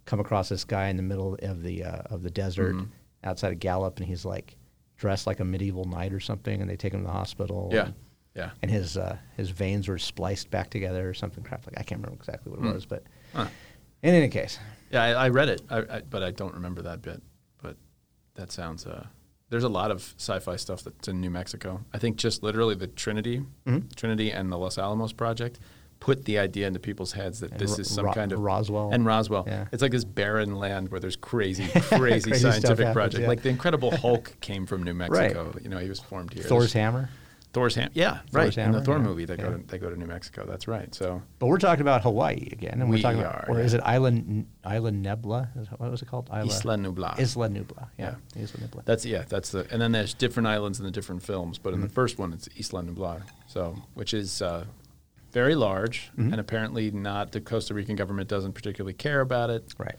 S2: come across this guy in the middle of the uh, of the desert
S3: Mm-hmm.
S2: outside of Gallup, and he's like dressed like a medieval knight or something, and they take him to the hospital.
S3: Yeah.
S2: and-
S3: Yeah.
S2: and his uh, his veins were spliced back together or something crap like I can't remember exactly
S3: Hmm.
S2: what it was, but in any case,
S3: Yeah, I, I read it, I, I, but I don't remember that bit. But that sounds. Uh, there's a lot of sci-fi stuff that's in New Mexico. I think just literally the Trinity,
S2: Mm-hmm.
S3: Trinity, and the Los Alamos project put the idea into people's heads that this
S2: Ro-
S3: is some
S2: Ro-
S3: kind of
S2: Roswell.
S3: and Roswell.
S2: Yeah.
S3: It's like this barren land where there's crazy,
S2: <laughs>
S3: crazy,
S2: Crazy stuff
S3: scientific
S2: happens,
S3: project.
S2: yeah.
S3: Like
S2: <laughs>
S3: the Incredible Hulk came from New Mexico. You know, he was formed here.
S2: Thor's
S3: There's-
S2: hammer.
S3: Thor's ham. Yeah, right. in
S2: hammer,
S3: the Thor
S2: yeah,
S3: movie, they
S2: yeah.
S3: go to they go to New Mexico. That's right. So
S2: But we're talking about Hawaii again, and we're
S3: We
S2: talking about,
S3: are,
S2: or
S3: yeah.
S2: is it Island Island Nebula? Is- What was it called? Isla,
S3: Isla Nublar.
S2: Isla Nubla. Yeah, Isla Nubla.
S3: That's yeah, that's the and then there's different islands in the different films, but in
S2: Mm-hmm.
S3: the first one it's Isla Nublar, so which is uh, very large
S2: Mm-hmm.
S3: and apparently not the Costa Rican government doesn't particularly care about it.
S2: right.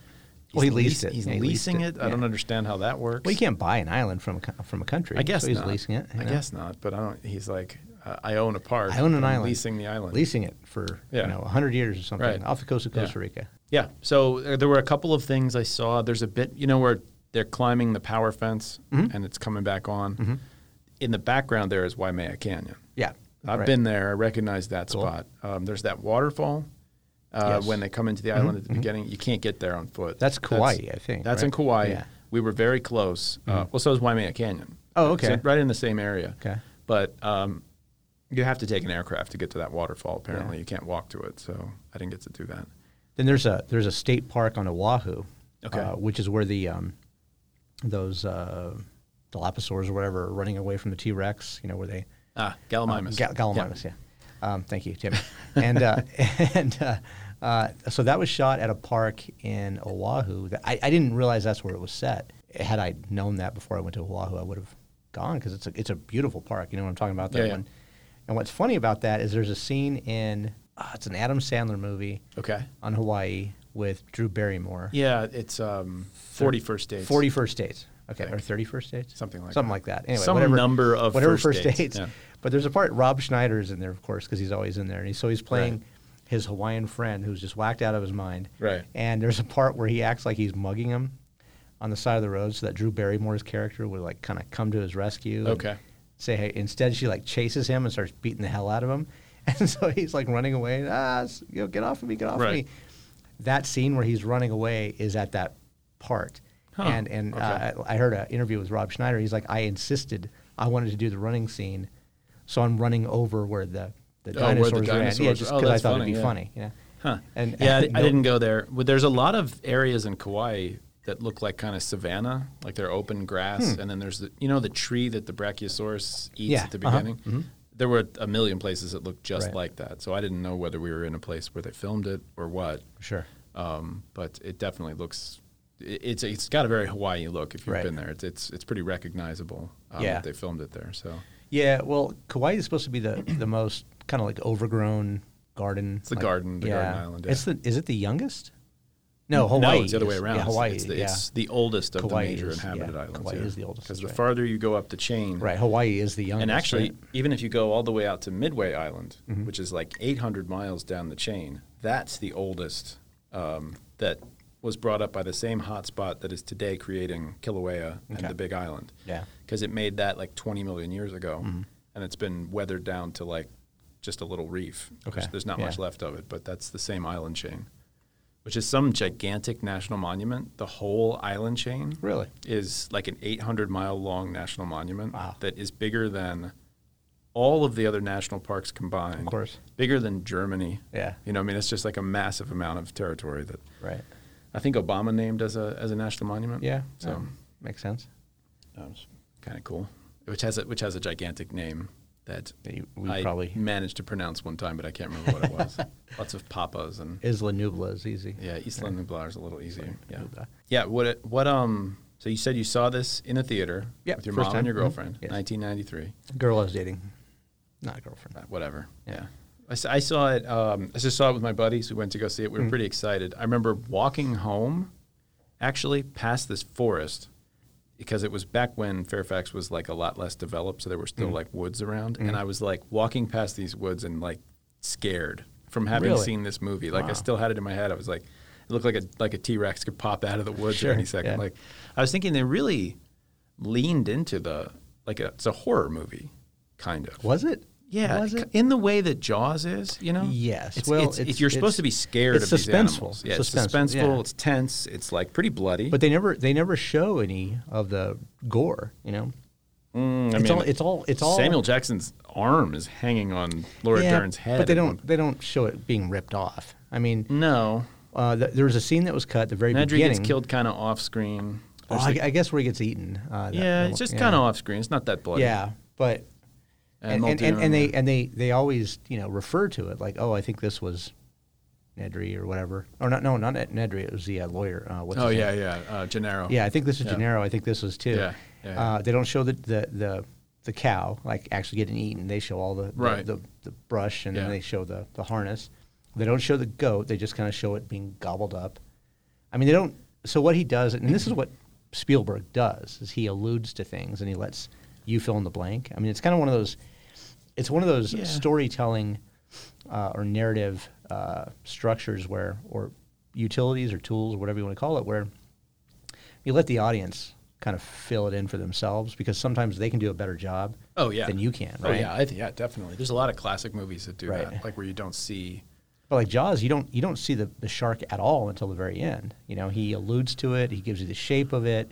S3: He's
S2: Well, he
S3: leas-
S2: leased it.
S3: He's
S2: Yeah, he leased
S3: leasing it. I
S2: Yeah.
S3: don't understand how that works.
S2: Well, you can't buy an island from a, co- from a country.
S3: I guess
S2: so he's
S3: not.
S2: leasing it. you
S3: I
S2: know?
S3: guess not. But I don't. He's like, uh, I own a park.
S2: I own an
S3: but I'm
S2: island.
S3: Leasing the island.
S2: Leasing it for
S3: Yeah.
S2: you know hundred years or something
S3: Right.
S2: off the coast of
S3: Yeah.
S2: Costa Rica.
S3: Yeah. So uh, there were a couple of things I saw. There's a bit, you know, where they're climbing the power fence
S2: Mm-hmm.
S3: and it's coming back on. In the background, there is Waimea Canyon.
S2: Yeah,
S3: I've
S2: right.
S3: been there. I recognize that spot. Um, there's that waterfall. Uh,
S2: Yes. Mm-hmm.
S3: When they come into the island at the beginning, you can't get there on foot.
S2: That's Kauai, I think,
S3: That's in
S2: right?
S3: Kauai.
S2: Yeah. Mm-hmm.
S3: We were very close. Uh, well, so is Waimea Canyon.
S2: Oh, okay.
S3: So right in the same area.
S2: Okay.
S3: But um, you have to take an aircraft to get to that waterfall. Apparently, you can't walk to it. So I didn't get to do that.
S2: Then there's a there's a state park on Oahu,
S3: Okay.
S2: uh, which is where the um, those uh, Dilophosaurs or whatever are running away from the T Rex. You know where they
S3: Ah, Gallimimus.
S2: Ga- Gallimimus, yeah. Um, thank you, Tim. and
S3: <laughs>
S2: uh, and uh, uh, so that was shot at a park in Oahu. That I, I didn't realize that's where it was set. Had I known that before I went to Oahu, I would have gone because it's a it's a beautiful park. You know what I'm talking about? That
S3: Yeah, yeah.
S2: one. And what's funny about that is there's a scene in uh, it's an Adam Sandler movie
S3: Okay.
S2: on Hawaii with Drew Barrymore.
S3: Yeah, it's um, 41st dates.
S2: Forty first dates. Okay, or thirty first dates,
S3: Something like
S2: something
S3: that.
S2: like that. Anyway,
S3: Some
S2: whatever,
S3: number of
S2: whatever
S3: first
S2: first,
S3: dates,
S2: dates.
S3: yeah.
S2: But there's a part. Rob Schneider is in there, of course, because he's always in there, and he, so he's playing his Hawaiian friend who's just whacked out of his mind.
S3: Right.
S2: And there's a part where he acts like he's mugging him on the side of the road, so that Drew Barrymore's character would like kind of come to his rescue. and
S3: Okay.
S2: Say hey. Instead, she like chases him and starts beating the hell out of him, <laughs> and so he's like running away. Ah, s- you know, get off of me, get off
S3: Right.
S2: of me that scene where he's running away is at that part. And and uh, I I heard an interview with Rob Schneider. He's like, I insisted I wanted to do the running scene, so I'm running over where the, the
S3: Oh, where the
S2: dinosaurs ran. Yeah,
S3: dinosaurs-
S2: just
S3: oh,
S2: because I
S3: that's
S2: thought
S3: funny,
S2: it'd be
S3: yeah.
S2: funny. Yeah.
S3: Huh.
S2: And
S3: yeah, I, I
S2: no-
S3: didn't go there. But there's a lot of areas in Kauai that look like kind of savanna, like they're open grass, and then there's the you know the tree that the brachiosaurus eats
S2: Hmm. Yeah,
S3: at the
S2: uh-huh,
S3: beginning. There were a million places that looked just
S2: Right.
S3: like that. So I didn't know whether we were in a place where they filmed it or what.
S2: Sure.
S3: Um, but it definitely looks. it- It's it's got a very Hawaii look if you've
S2: Right.
S3: been there. It's it's, it's pretty recognizable. Um,
S2: Yeah.
S3: that they filmed it there. So
S2: Yeah. Well, Kauai is supposed to be the the most kind of like overgrown garden. It's
S3: the garden- the garden island, yeah.
S2: It's the is it the youngest? No, Hawaii.
S3: No, it's the other way
S2: is-
S3: around.
S2: Yeah,
S3: It's-
S2: Hawaii.
S3: It's the,
S2: yeah.
S3: it's the oldest of
S2: Kauai
S3: the major
S2: is-
S3: inhabited
S2: yeah,
S3: islands.
S2: Kauai is the oldest,
S3: Because
S2: that's
S3: the
S2: right.
S3: farther you go up the chain,
S2: right. Hawaii is the youngest.
S3: and actually,
S2: right?
S3: even if you go all the way out to Midway Island,
S2: Mm-hmm.
S3: which is like 800 miles down the chain, that's the oldest um, that was brought up by the same hotspot that is today creating Kilauea and
S2: Okay.
S3: the Big Island.
S2: Yeah.
S3: Because it made that like 20 million years ago,
S2: Mm-hmm.
S3: and it's been weathered down to like just a little reef.
S2: Okay.
S3: There's not much
S2: Yeah.
S3: left of it, but that's the same island chain, which is some gigantic national monument. The whole island chain
S2: Really?
S3: is like an 800 mile long national monument
S2: Wow.
S3: that is bigger than all of the other national parks combined. Of
S2: course.
S3: Bigger than Germany.
S2: Yeah.
S3: You know, I mean, it's just like a massive amount of territory that
S2: right.
S3: I think Obama named as a, as a national monument.
S2: Yeah.
S3: So
S2: um, makes sense.
S3: that was kind of cool, which has, a, which has a gigantic name that
S2: That you- we
S3: I
S2: probably-
S3: managed to pronounce one time, but I can't remember what
S2: <laughs>
S3: it was. Lots of papas and
S2: Isla Nubla is easy.
S3: Yeah, East London Blar is a little easier. Yeah.
S2: Nublar.
S3: Yeah. What? it- What? Um. So you said you saw this in a theater
S2: Yeah,
S3: with your
S2: first
S3: mom
S2: time.
S3: and your
S2: Mhm.
S3: girlfriend,
S2: Yes.
S3: 1993.
S2: Girl I was dating, not a girlfriend.
S3: Uh, Whatever.
S2: Yeah.
S3: Yeah. I s I I, saw it. Um, I just saw it with my buddies. We went to go see it. We
S2: Mm.
S3: were pretty excited. I remember walking home, actually past this forest, because it was back when Fairfax was like a lot less developed, so there were still
S2: Mm.
S3: like woods around, and I was like walking past these woods and like scared from having
S2: Really?
S3: seen this movie. Like I still had it in my head. I was like, it looked like a like a T Rex could pop out of the woods at any second.
S2: yeah.
S3: Like I was thinking, they really leaned into the like a, it's a horror movie, kind of.
S2: Was it?
S3: Yeah,
S2: Was it?
S3: in the way that Jaws is, you know.
S2: Yes.
S3: It's,
S2: Well,
S3: it's-
S2: it's-
S3: it's- you're supposed
S2: it's-
S3: to be scared
S2: it's
S3: of these
S2: suspenseful.
S3: animals. Yeah, it's
S2: Suspenseful,
S3: suspenseful.
S2: yeah.
S3: It's tense. It's like pretty bloody.
S2: But they never they never show any of the gore. You know,
S3: Mm, I
S2: it's
S3: mean,
S2: all it's all it's all
S3: Samuel Jackson's arm is hanging on Laura
S2: Yeah,
S3: Dern's head.
S2: But they
S3: at
S2: don't
S3: one-
S2: they don't show it being ripped off. I mean,
S3: No,
S2: uh, th- there was a scene that was cut at the very
S3: Nedry
S2: beginning.
S3: gets killed kind of off screen.
S2: Oh, I, I guess where he gets eaten. Uh, that-
S3: yeah,
S2: that
S3: it's
S2: one-
S3: just
S2: yeah.
S3: kind of off screen. It's not that bloody.
S2: Yeah, but and and, and,
S3: Muldoon.
S2: and they and they they always you know refer to it like oh I think this was Nedry or whatever or not no not Ned- Nedry it was the uh, lawyer. Uh, what's
S3: Oh
S2: his name?
S3: yeah, yeah. Uh, Gennaro.
S2: Yeah, I think this is Gennaro. I think this was too.
S3: Yeah, yeah, yeah.
S2: Uh, they don't show the, the the the cow like actually getting eaten. They show all the the,
S3: Right.
S2: the, the brush and
S3: Yeah.
S2: then they show the the harness. They don't show the goat. They just kind of show it being gobbled up. I mean, they don't. So what he does, and this is what Spielberg does, is he alludes to things and he lets you fill in the blank. I mean, it's kind of one of those. It's one of those
S3: Yeah.
S2: storytelling uh, or narrative uh, structures where, or utilities or tools or whatever you want to call it, where you let the audience kind of fill it in for themselves because sometimes they can do a better job
S3: Oh yeah.
S2: than you can,
S3: Oh
S2: right?
S3: yeah. I, th- yeah, definitely. There's a lot of classic movies that do
S2: Right.
S3: that, like where you don't see.
S2: But like Jaws, you don't you don't see the, the shark at all until the very end. You know, he alludes to it, he gives you the shape of it,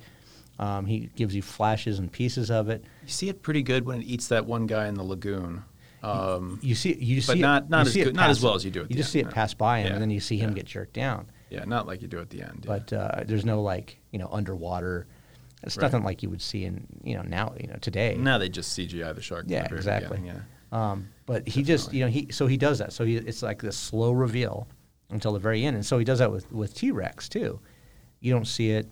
S2: um, he gives you flashes and pieces of it.
S3: You see it pretty good when it eats that one guy in the lagoon. Um,
S2: You see you just
S3: But
S2: see
S3: not-
S2: it,
S3: not
S2: you
S3: as
S2: see it
S3: good- not as
S2: pass-
S3: well as you do at
S2: You
S3: the
S2: just
S3: end,
S2: see it
S3: no.
S2: pass by him
S3: Yeah,
S2: and then you see him
S3: yeah.
S2: get jerked down.
S3: yeah, not like you do at the end. yeah.
S2: But uh, there's no like, you know, underwater it's
S3: Right.
S2: nothing like you would see in you know now, you know, today.
S3: now they just CGI the shark. in the
S2: Yeah,
S3: very
S2: exactly.
S3: beginning, yeah.
S2: Um, but he just, you know, he so he does that. So he, it's like this slow reveal until the very end, and so he does that with with T Rex too. You don't see it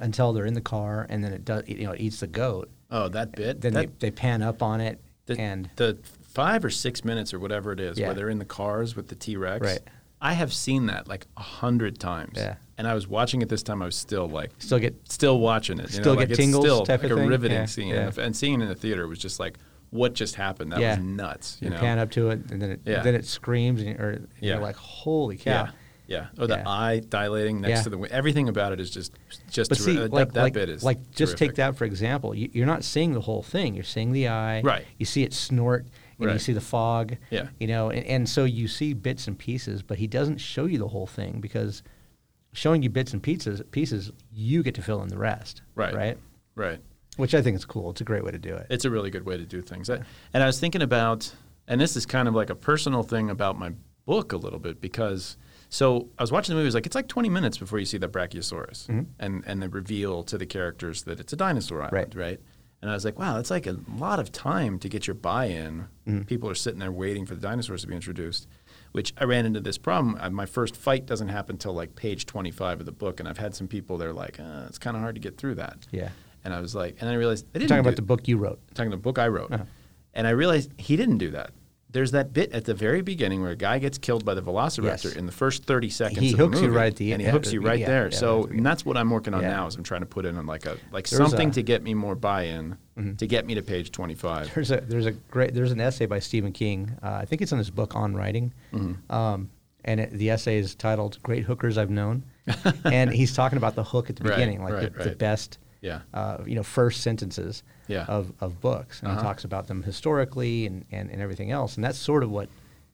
S2: until they're in the car, and then it does, you know, it eats the goat.
S3: Oh, that bit.
S2: Then
S3: that,
S2: they, they pan up on it,
S3: the,
S2: and
S3: the five or six minutes or whatever it is
S2: Yeah.
S3: where they're in the cars with the T Rex.
S2: Right.
S3: I have seen that like a hundred times.
S2: Yeah.
S3: And I was watching it this time. I was still like,
S2: still get
S3: still watching it. You
S2: Still
S3: know,
S2: get
S3: like,
S2: tingles
S3: It's still
S2: type
S3: like
S2: of
S3: a
S2: thing?
S3: riveting
S2: Yeah,
S3: scene.
S2: yeah.
S3: And seeing it in the theater was just like, what just happened? That
S2: Yeah.
S3: was nuts. You
S2: you
S3: know.
S2: pan up to it, and then it
S3: Yeah.
S2: then it screams, and you're, and
S3: Yeah.
S2: you're like, holy cow!
S3: yeah. Yeah. Or the
S2: Yeah.
S3: eye dilating next
S2: Yeah.
S3: to the window. Everything about it is just just
S2: But see,
S3: terri- uh, that,
S2: like,
S3: that
S2: like,
S3: bit is
S2: like just take
S3: terrific.
S2: that for example. You, you're not seeing the whole thing. You're seeing the eye.
S3: Right.
S2: You see it snort, and you
S3: Right.
S2: see the fog.
S3: Yeah.
S2: You know, and, and so you see bits and pieces, but he doesn't show you the whole thing because showing you bits and pieces, pieces, you get to fill in the rest.
S3: Right.
S2: Right.
S3: Right.
S2: Which I think is cool. It's a great way to do it.
S3: It's a really good way to do things. I, and I was thinking about, and this is kind of like a personal thing about my book a little bit because, so I was watching the movie. It was like it's like 20 minutes before you see the Brachiosaurus
S2: Mm-hmm.
S3: and and the reveal to the characters that it's a dinosaur
S2: Right.
S3: island, right? And I was like, wow, that's like a lot of time to get your buy-in.
S2: Mm-hmm.
S3: People are sitting there waiting for the dinosaurs to be introduced. Which I ran into this problem. I, my first fight doesn't happen till like page 25 of the book, and I've had some people they're like, uh, it's kind of hard to get through that.
S2: Yeah.
S3: And I was like, and I realized I didn't
S2: You're talking
S3: do-
S2: about the book you wrote.
S3: talking the book I wrote,
S2: Uh-huh.
S3: and I realized he didn't do that. There's that bit at the very beginning where a guy gets killed by the Velociraptor
S2: Yes.
S3: in the first 30 seconds.
S2: He
S3: of the
S2: hooks you
S3: movie,
S2: right at the
S3: and he
S2: end.
S3: hooks you right
S2: Yeah,
S3: there.
S2: yeah,
S3: so
S2: right
S3: and that's what I'm working on
S2: Yeah.
S3: now is I'm trying to put in on like a like
S2: There's
S3: something
S2: a- Mm-hmm.
S3: to get me more buy-in to get me to page 25.
S2: There's a there's a great there's an essay by Stephen King. Uh, I think it's in his book on writing,
S3: Mm-hmm.
S2: um, and it, the essay is titled "Great Hookers I've
S3: <laughs>
S2: Known," and he's talking about the hook at the
S3: Right,
S2: beginning, like
S3: right,
S2: the, the
S3: right.
S2: best,
S3: Yeah.
S2: uh, you know, first sentences
S3: Yeah. Uh-huh.
S2: of of books, and he talks about them historically and, and and everything else, and that's sort of what,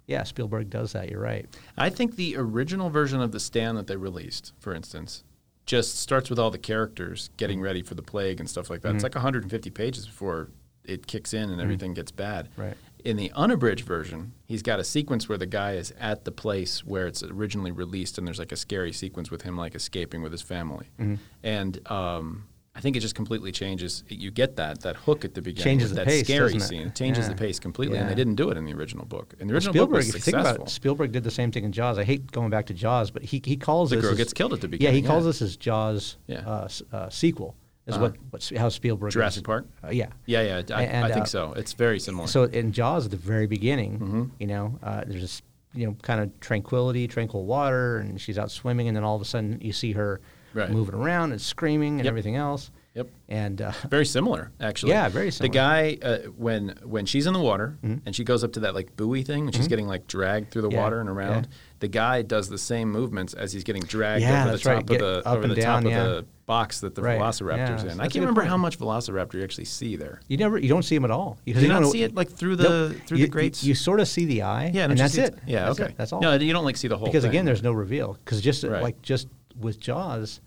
S2: yeah, Spielberg does that. You're right.
S3: I think the original version of the stand that they released, for instance, just starts with all the characters
S2: Mm-hmm.
S3: getting ready for the plague and stuff like that. It's like 150 pages before it kicks in and everything gets bad.
S2: Mm-hmm. Right.
S3: In the unabridged version, he's got a sequence where the guy is at the place where it's originally released, and there's like a scary sequence with him like escaping with his family,
S2: Mm-hmm.
S3: and um, I think it just completely changes. You get that that hook at the beginning,
S2: Changes
S3: with
S2: the
S3: that
S2: pace,
S3: scary
S2: doesn't it?
S3: scene, changes
S2: Yeah.
S3: the pace completely, and
S2: Yeah.
S3: they didn't do it in the original book. In the original book
S2: Spielberg,
S3: was
S2: if you think
S3: successful.
S2: about it, Spielberg did the same thing in Jaws. I hate going back to Jaws, but he, he calls
S3: The
S2: this
S3: girl
S2: his-
S3: gets killed at the
S2: Yeah, he
S3: beginning,
S2: calls
S3: yeah.
S2: this his Jaws
S3: Yeah. Uh-huh.
S2: uh, s- uh, sequel. Is what, what how Spielberg
S3: Jurassic
S2: is-
S3: Park?
S2: Uh, yeah.
S3: Yeah, yeah, I,
S2: And,
S3: I think
S2: uh,
S3: so. It's very similar.
S2: So in Jaws at the very beginning,
S3: Mm-hmm.
S2: you know, uh, there's this you know kind of tranquility, tranquil water, and she's out swimming, and then all of a sudden you see her
S3: Right.
S2: moving around and screaming and everything else.
S3: Yep.
S2: And uh,
S3: Very similar, actually.
S2: Yeah, very similar. Mm-hmm.
S3: The guy, uh, when when she's in the water and she goes up to that like buoy thing, when she's getting like dragged through the
S2: Yeah,
S3: water and around, the guy does the same movements as he's getting dragged
S2: Yeah,
S3: over the
S2: that's
S3: top
S2: right.
S3: of
S2: Get
S3: the
S2: up
S3: over
S2: and
S3: the
S2: down,
S3: top
S2: yeah.
S3: of the box that the
S2: Right, yeah,
S3: Velociraptor's
S2: so
S3: in.
S2: that's
S3: I
S2: a
S3: can't
S2: good
S3: remember
S2: point.
S3: how much Velociraptor you actually see there.
S2: you never you don't see him at all. You,
S3: You don't see it, like, through the- through the
S2: you,
S3: grates?
S2: You, sort of see the eye.
S3: Yeah,
S2: and,
S3: don't you
S2: that's
S3: see
S2: it.
S3: Yeah,
S2: That's
S3: okay.
S2: it. That's all.
S3: No, you don't like see the whole
S2: because
S3: thing.
S2: again, there's no reveal. Because just
S3: Right.
S2: like just with Jaws,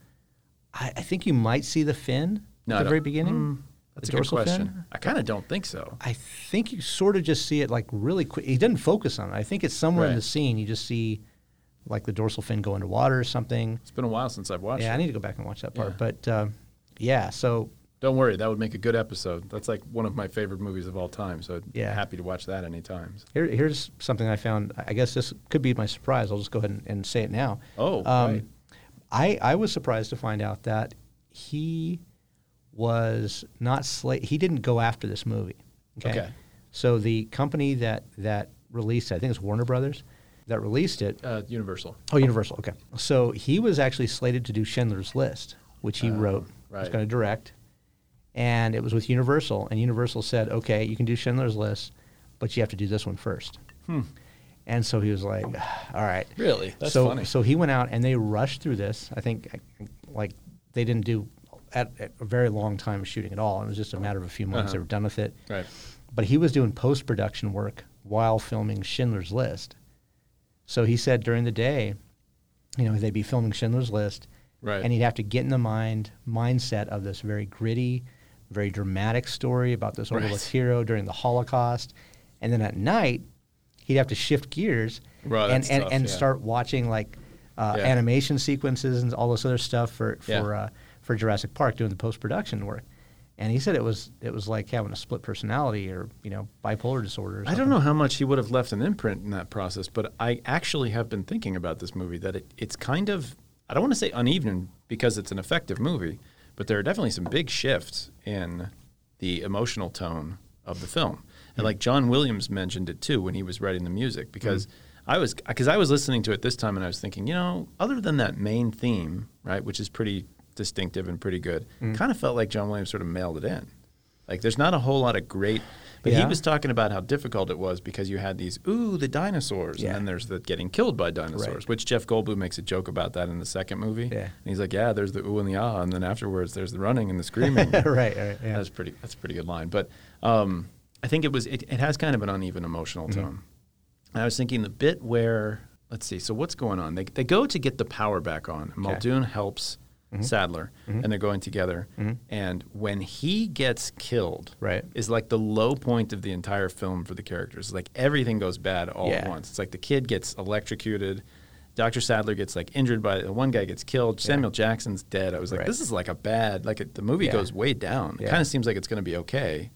S2: I, I think you might see the fin
S3: No, I
S2: at the
S3: don't-
S2: very beginning.
S3: Mm, That's
S2: the
S3: a good
S2: dorsal
S3: question.
S2: Fin.
S3: I kind of don't think so.
S2: I think you sort of just see it like really quick. He doesn't focus on it. I think it's somewhere in
S3: Right.
S2: the scene you just see like the dorsal fin go into water or something.
S3: It's been a while since I've watched
S2: Yeah, I
S3: it.
S2: need to go back and watch that part.
S3: Yeah.
S2: But um, yeah, so
S3: Don't worry, that would make a good episode. That's like one of my favorite movies of all time. So
S2: Yeah.
S3: happy to watch that any times.
S2: here, here's something I found. I guess this could be my surprise. I'll just go ahead and, and say it now.
S3: Oh, right.
S2: Um, I I was surprised to find out that he was not slate. He didn't go after this movie.
S3: Okay.
S2: So the company that that released, it, I think it's Warner Brothers, that released it.
S3: Uh, Universal.
S2: Oh, Universal. Okay. So he was actually slated to do Schindler's List, which he wrote, was
S3: Oh, right.
S2: going to direct, and it was with Universal, and Universal said, "Okay, you can do Schindler's List, but you have to do this one first.
S3: Hmm.
S2: And so he was like, "All right."
S3: Really? That's
S2: so
S3: funny.
S2: so he went out and they rushed through this. I think like they didn't do at, at a very long time of shooting at all. It was just a matter of a few months.
S3: Uh-huh.
S2: They were done with it.
S3: Right.
S2: But he was doing post production work while filming Schindler's List. So he said during the day, you know, they'd be filming Schindler's List,
S3: Right.
S2: and he'd have to get in the mind mindset of this very gritty, very dramatic story about this overlooked
S3: Right.
S2: hero during the Holocaust, and then at night he'd have to shift gears
S3: Right,
S2: and
S3: that's
S2: and,
S3: tough,
S2: and
S3: yeah.
S2: start watching like uh,
S3: Yeah.
S2: animation sequences and all this other stuff for for
S3: Yeah.
S2: uh, for Jurassic Park doing the post production work. And he said it was it was like having a split personality or you know bipolar disorder. Or
S3: I
S2: something.
S3: don't know how much he would have left an imprint in that process, but I actually have been thinking about this movie that it, it's kind of, I don't want to say uneven because it's an effective movie, but there are definitely some big shifts in the emotional tone of the film.
S2: Hmm.
S3: And like John Williams mentioned it too when he was writing the music because I was because I was listening to it this time and I was thinking, you know, other than that main theme, right, which is pretty distinctive and pretty good,
S2: Hmm.
S3: kind of felt like John Williams sort of mailed it in. Like there's not a whole lot of great but he
S2: Yeah.
S3: was talking about how difficult it was because you had these ooh the dinosaurs
S2: Yeah.
S3: and then there's the getting killed by dinosaurs
S2: Right.
S3: which jeff goldblum makes a joke about that in the second movie
S2: Yeah.
S3: and he's like yeah there's the ooh and the ah and then afterwards there's the running and the screaming
S2: <laughs> right, right, yeah.
S3: that's pretty that's a pretty good line but um, i think it was it, it has kind of an uneven emotional
S2: Mm-hmm.
S3: tone And i was thinking the bit where let's see so what's going on they, they go to get the power back on muldoon helps
S2: Mm-hmm.
S3: sadler and they're going together and when he gets killed
S2: Right.
S3: is like the low point of the entire film for the characters. Like everything goes bad all at
S2: Yeah.
S3: once. It's like the kid gets electrocuted, Dr. Sadler gets like injured by the one guy gets killed, Samuel Jackson's dead. I was like,
S2: Right.
S3: this is like a bad like it, the movie
S2: Yeah.
S3: goes way down. It
S2: Yeah.
S3: kind of seems like it's going to be okay,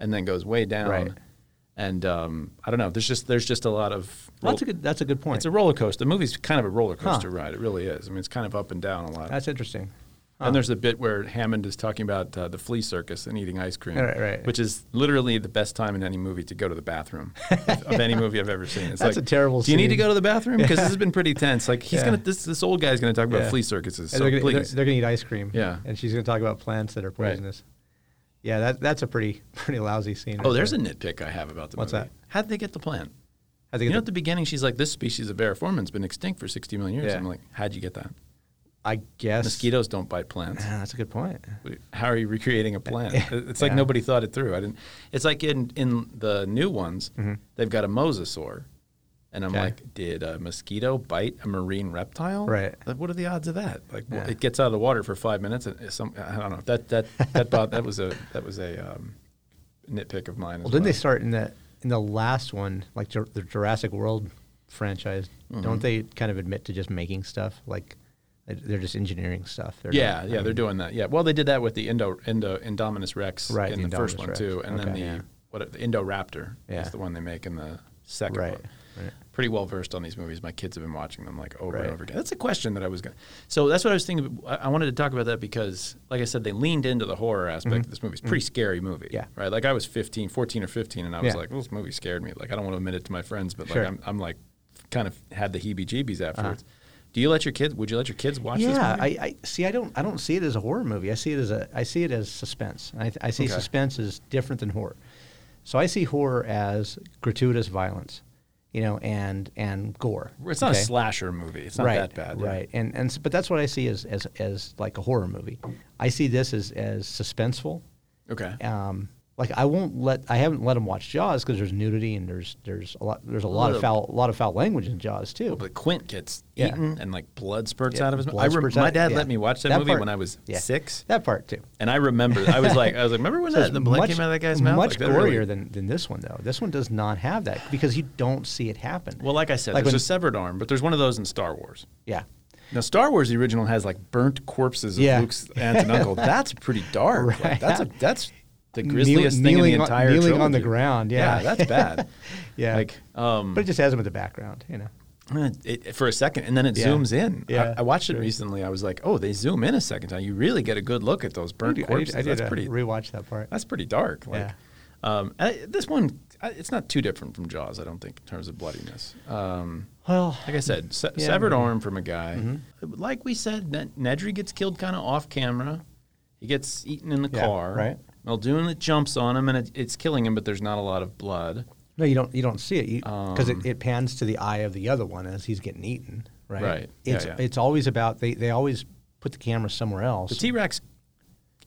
S3: and then goes way down.
S2: Right.
S3: And um, I don't know. There's just there's just a lot of
S2: That's a good that's a good point.
S3: it's a roller coaster. The movie's kind of a roller coaster ride. It really is. I mean, it's kind of up and down a lot.
S2: that's interesting. Uh-huh.
S3: And there's a bit where Hammond is talking about uh, the flea circus and eating ice cream,
S2: Right, right.
S3: which is literally the best time in any movie to go to the bathroom
S2: <laughs>
S3: of, of any movie I've ever seen. It's
S2: That's
S3: like,
S2: a terrible
S3: Do you need to
S2: scene.
S3: go to the bathroom? Because this has been pretty tense. Like he's
S2: Yeah.
S3: gonna this this old guy's gonna talk about
S2: Yeah.
S3: flea circuses.
S2: And
S3: So
S2: they're, gonna,
S3: please,
S2: they're, they're gonna eat ice cream.
S3: Yeah.
S2: and she's gonna talk about plants that are poisonous. Yeah, that that's a pretty <laughs> pretty lousy scene.
S3: oh, there's a nitpick I have about the
S2: What's
S3: movie.
S2: that?
S3: How'd they get the plant?
S2: I
S3: You
S2: think
S3: know, at the beginning, she's like, "This species of Beariformin's been extinct for 60 million years."
S2: Yeah.
S3: I'm like, "How'd you get that?
S2: I guess
S3: Mosquitoes don't bite plants."
S2: Yeah, that's a good point.
S3: how are you recreating a plant? It's like
S2: Yeah.
S3: nobody thought it through. I didn't. It's like in in the new ones, they've got a mosasaur, and I'm
S2: Mm-hmm. Okay.
S3: like, did a mosquito bite a marine reptile?
S2: Right.
S3: Like, what are the odds of that? Like, wh-
S2: Yeah.
S3: it gets out of the water for five minutes, and it's some I don't know. That that that Bob, that was a that was a um, nitpick of mine. as
S2: Well, didn't they start in the in the last one, like Jur- the Jurassic World franchise?
S3: Mm-hmm.
S2: Don't they kind of admit to just making stuff? Like they- they're just engineering stuff. They're
S3: Yeah,
S2: not-
S3: yeah, they're doing that. Yeah, well, they did that with the Indo Indo Indominus Rex
S2: Right,
S3: in the,
S2: the
S3: first
S2: Indominus
S3: one
S2: Rex.
S3: too, and then the
S2: Okay. Yeah.
S3: what the Indoraptor is
S2: Yeah.
S3: the one they make in the second
S2: Right,
S3: one.
S2: right.
S3: Pretty well versed on these movies. My kids have been watching them like over
S2: Right.
S3: and over again. That's a question that I was going. to So that's what I was thinking. I I wanted to talk about that because, like I said, they leaned into the horror aspect of this movie. It's a pretty scary movie.
S2: Mm-hmm. Yeah.
S3: Right. Like I was 15, 14 or fifteen, and I was
S2: Yeah.
S3: like, well, this movie scared me. Like I don't want to admit it to my friends, but like
S2: Sure. Uh-huh.
S3: I'm, I'm like, kind of had the heebie-jeebies afterwards. Do you let your kids? Would you let your kids watch this?
S2: yeah,
S3: movie?
S2: I, I see. I don't. I don't see it as a horror movie. I see it as a. I see it as suspense. I, I see
S3: Okay.
S2: suspense as different than horror. So I see horror as gratuitous violence, you know, and and gore.
S3: It's not
S2: okay?
S3: a slasher movie. It's not
S2: right,
S3: that bad. yeah.
S2: Right. And and s- but that's what I see as as as like a horror movie. I see this as as suspenseful.
S3: Okay.
S2: Um, like I won't let I haven't let them watch Jaws because there's nudity and there's there's a lot there's a lot of
S3: Little-
S2: foul a lot of foul language in Jaws too.
S3: But Quint gets
S2: Yeah.
S3: eaten and like blood spurts
S2: Yeah,
S3: out of his mouth. I
S2: blood
S3: rem-
S2: spurts
S3: my
S2: out,
S3: dad
S2: yeah.
S3: let me watch that,
S2: That
S3: movie
S2: part-
S3: when I was
S2: yeah.
S3: six,
S2: That part too.
S3: and I remember. I was like, I was like, remember when
S2: So
S3: that
S2: it's
S3: the blood
S2: much-
S3: came out of that guy's mouth?
S2: Much
S3: like, that
S2: gorier
S3: really-
S2: than, than this one, though. This one does not have that because you don't see it happen.
S3: Well, like I said,
S2: Like
S3: there's
S2: when-
S3: a severed arm, but there's one of those in Star Wars.
S2: yeah,
S3: Now, Star Wars the original has like burnt corpses of
S2: Yeah.
S3: Luke's aunt
S2: <laughs>
S3: and uncle. That's pretty dark. Like,
S2: Right.
S3: that's a, that's the
S2: Kneel-
S3: grisliest thing in the
S2: kneeling on-
S3: entire
S2: kneeling on the
S3: trilogy.
S2: ground, yeah.
S3: that's bad.
S2: <laughs> yeah.
S3: Like, um,
S2: but it just has them in the background, you know.
S3: Uh, it, for a second, and then it
S2: Yeah.
S3: zooms in.
S2: Yeah,
S3: I, I watched it
S2: sure.
S3: recently. I was like, oh, they zoom in a second time. You really get a good look at those burnt
S2: I did,
S3: corpses.
S2: I did
S3: that's
S2: uh,
S3: pretty.
S2: rewatch that part.
S3: that's pretty dark. Like,
S2: Yeah.
S3: um, I, this one, I, it's not too different from Jaws. I don't think in terms of bloodiness. Um,
S2: Well,
S3: like I said,
S2: Yeah,
S3: se-
S2: Mm-hmm.
S3: severed
S2: maybe.
S3: arm from a guy. Like we said, Ned- Nedry gets killed kind of off camera. He gets eaten in the
S2: Yeah,
S3: car.
S2: right.
S3: Muldoon it jumps on him and it, it's killing him, but there's not a lot of blood.
S2: no, you don't. You don't see it
S3: Um.
S2: because it, it pans to the eye of the other one as he's getting eaten. Right.
S3: Right. Yeah,
S2: It's
S3: yeah.
S2: it's always about they, they always put the camera somewhere else.
S3: The T Rex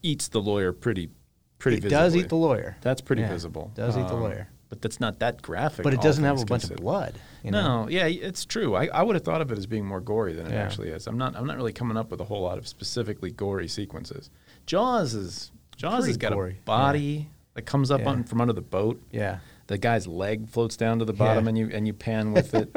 S3: eats the lawyer pretty, pretty.
S2: it does
S3: visibly.
S2: eat the lawyer.
S3: That's pretty
S2: Yeah,
S3: visible.
S2: Does eat the
S3: Um,
S2: lawyer,
S3: but that's not that graphic.
S2: but it
S3: all
S2: doesn't have
S3: things
S2: a bunch
S3: considered.
S2: of blood. You know?
S3: No, yeah, it's true. I, I would have thought of it as being more gory than it
S2: Yeah.
S3: actually is. I'm not. I'm not really coming up with a whole lot of specifically gory sequences. Jaws is Jaws
S2: Pretty
S3: has got
S2: gory,
S3: a body that comes up
S2: Yeah.
S3: on, from under the boat.
S2: Yeah.
S3: the guy's leg floats down to the bottom,
S2: Yeah.
S3: and you and you pan
S2: <laughs>
S3: with it.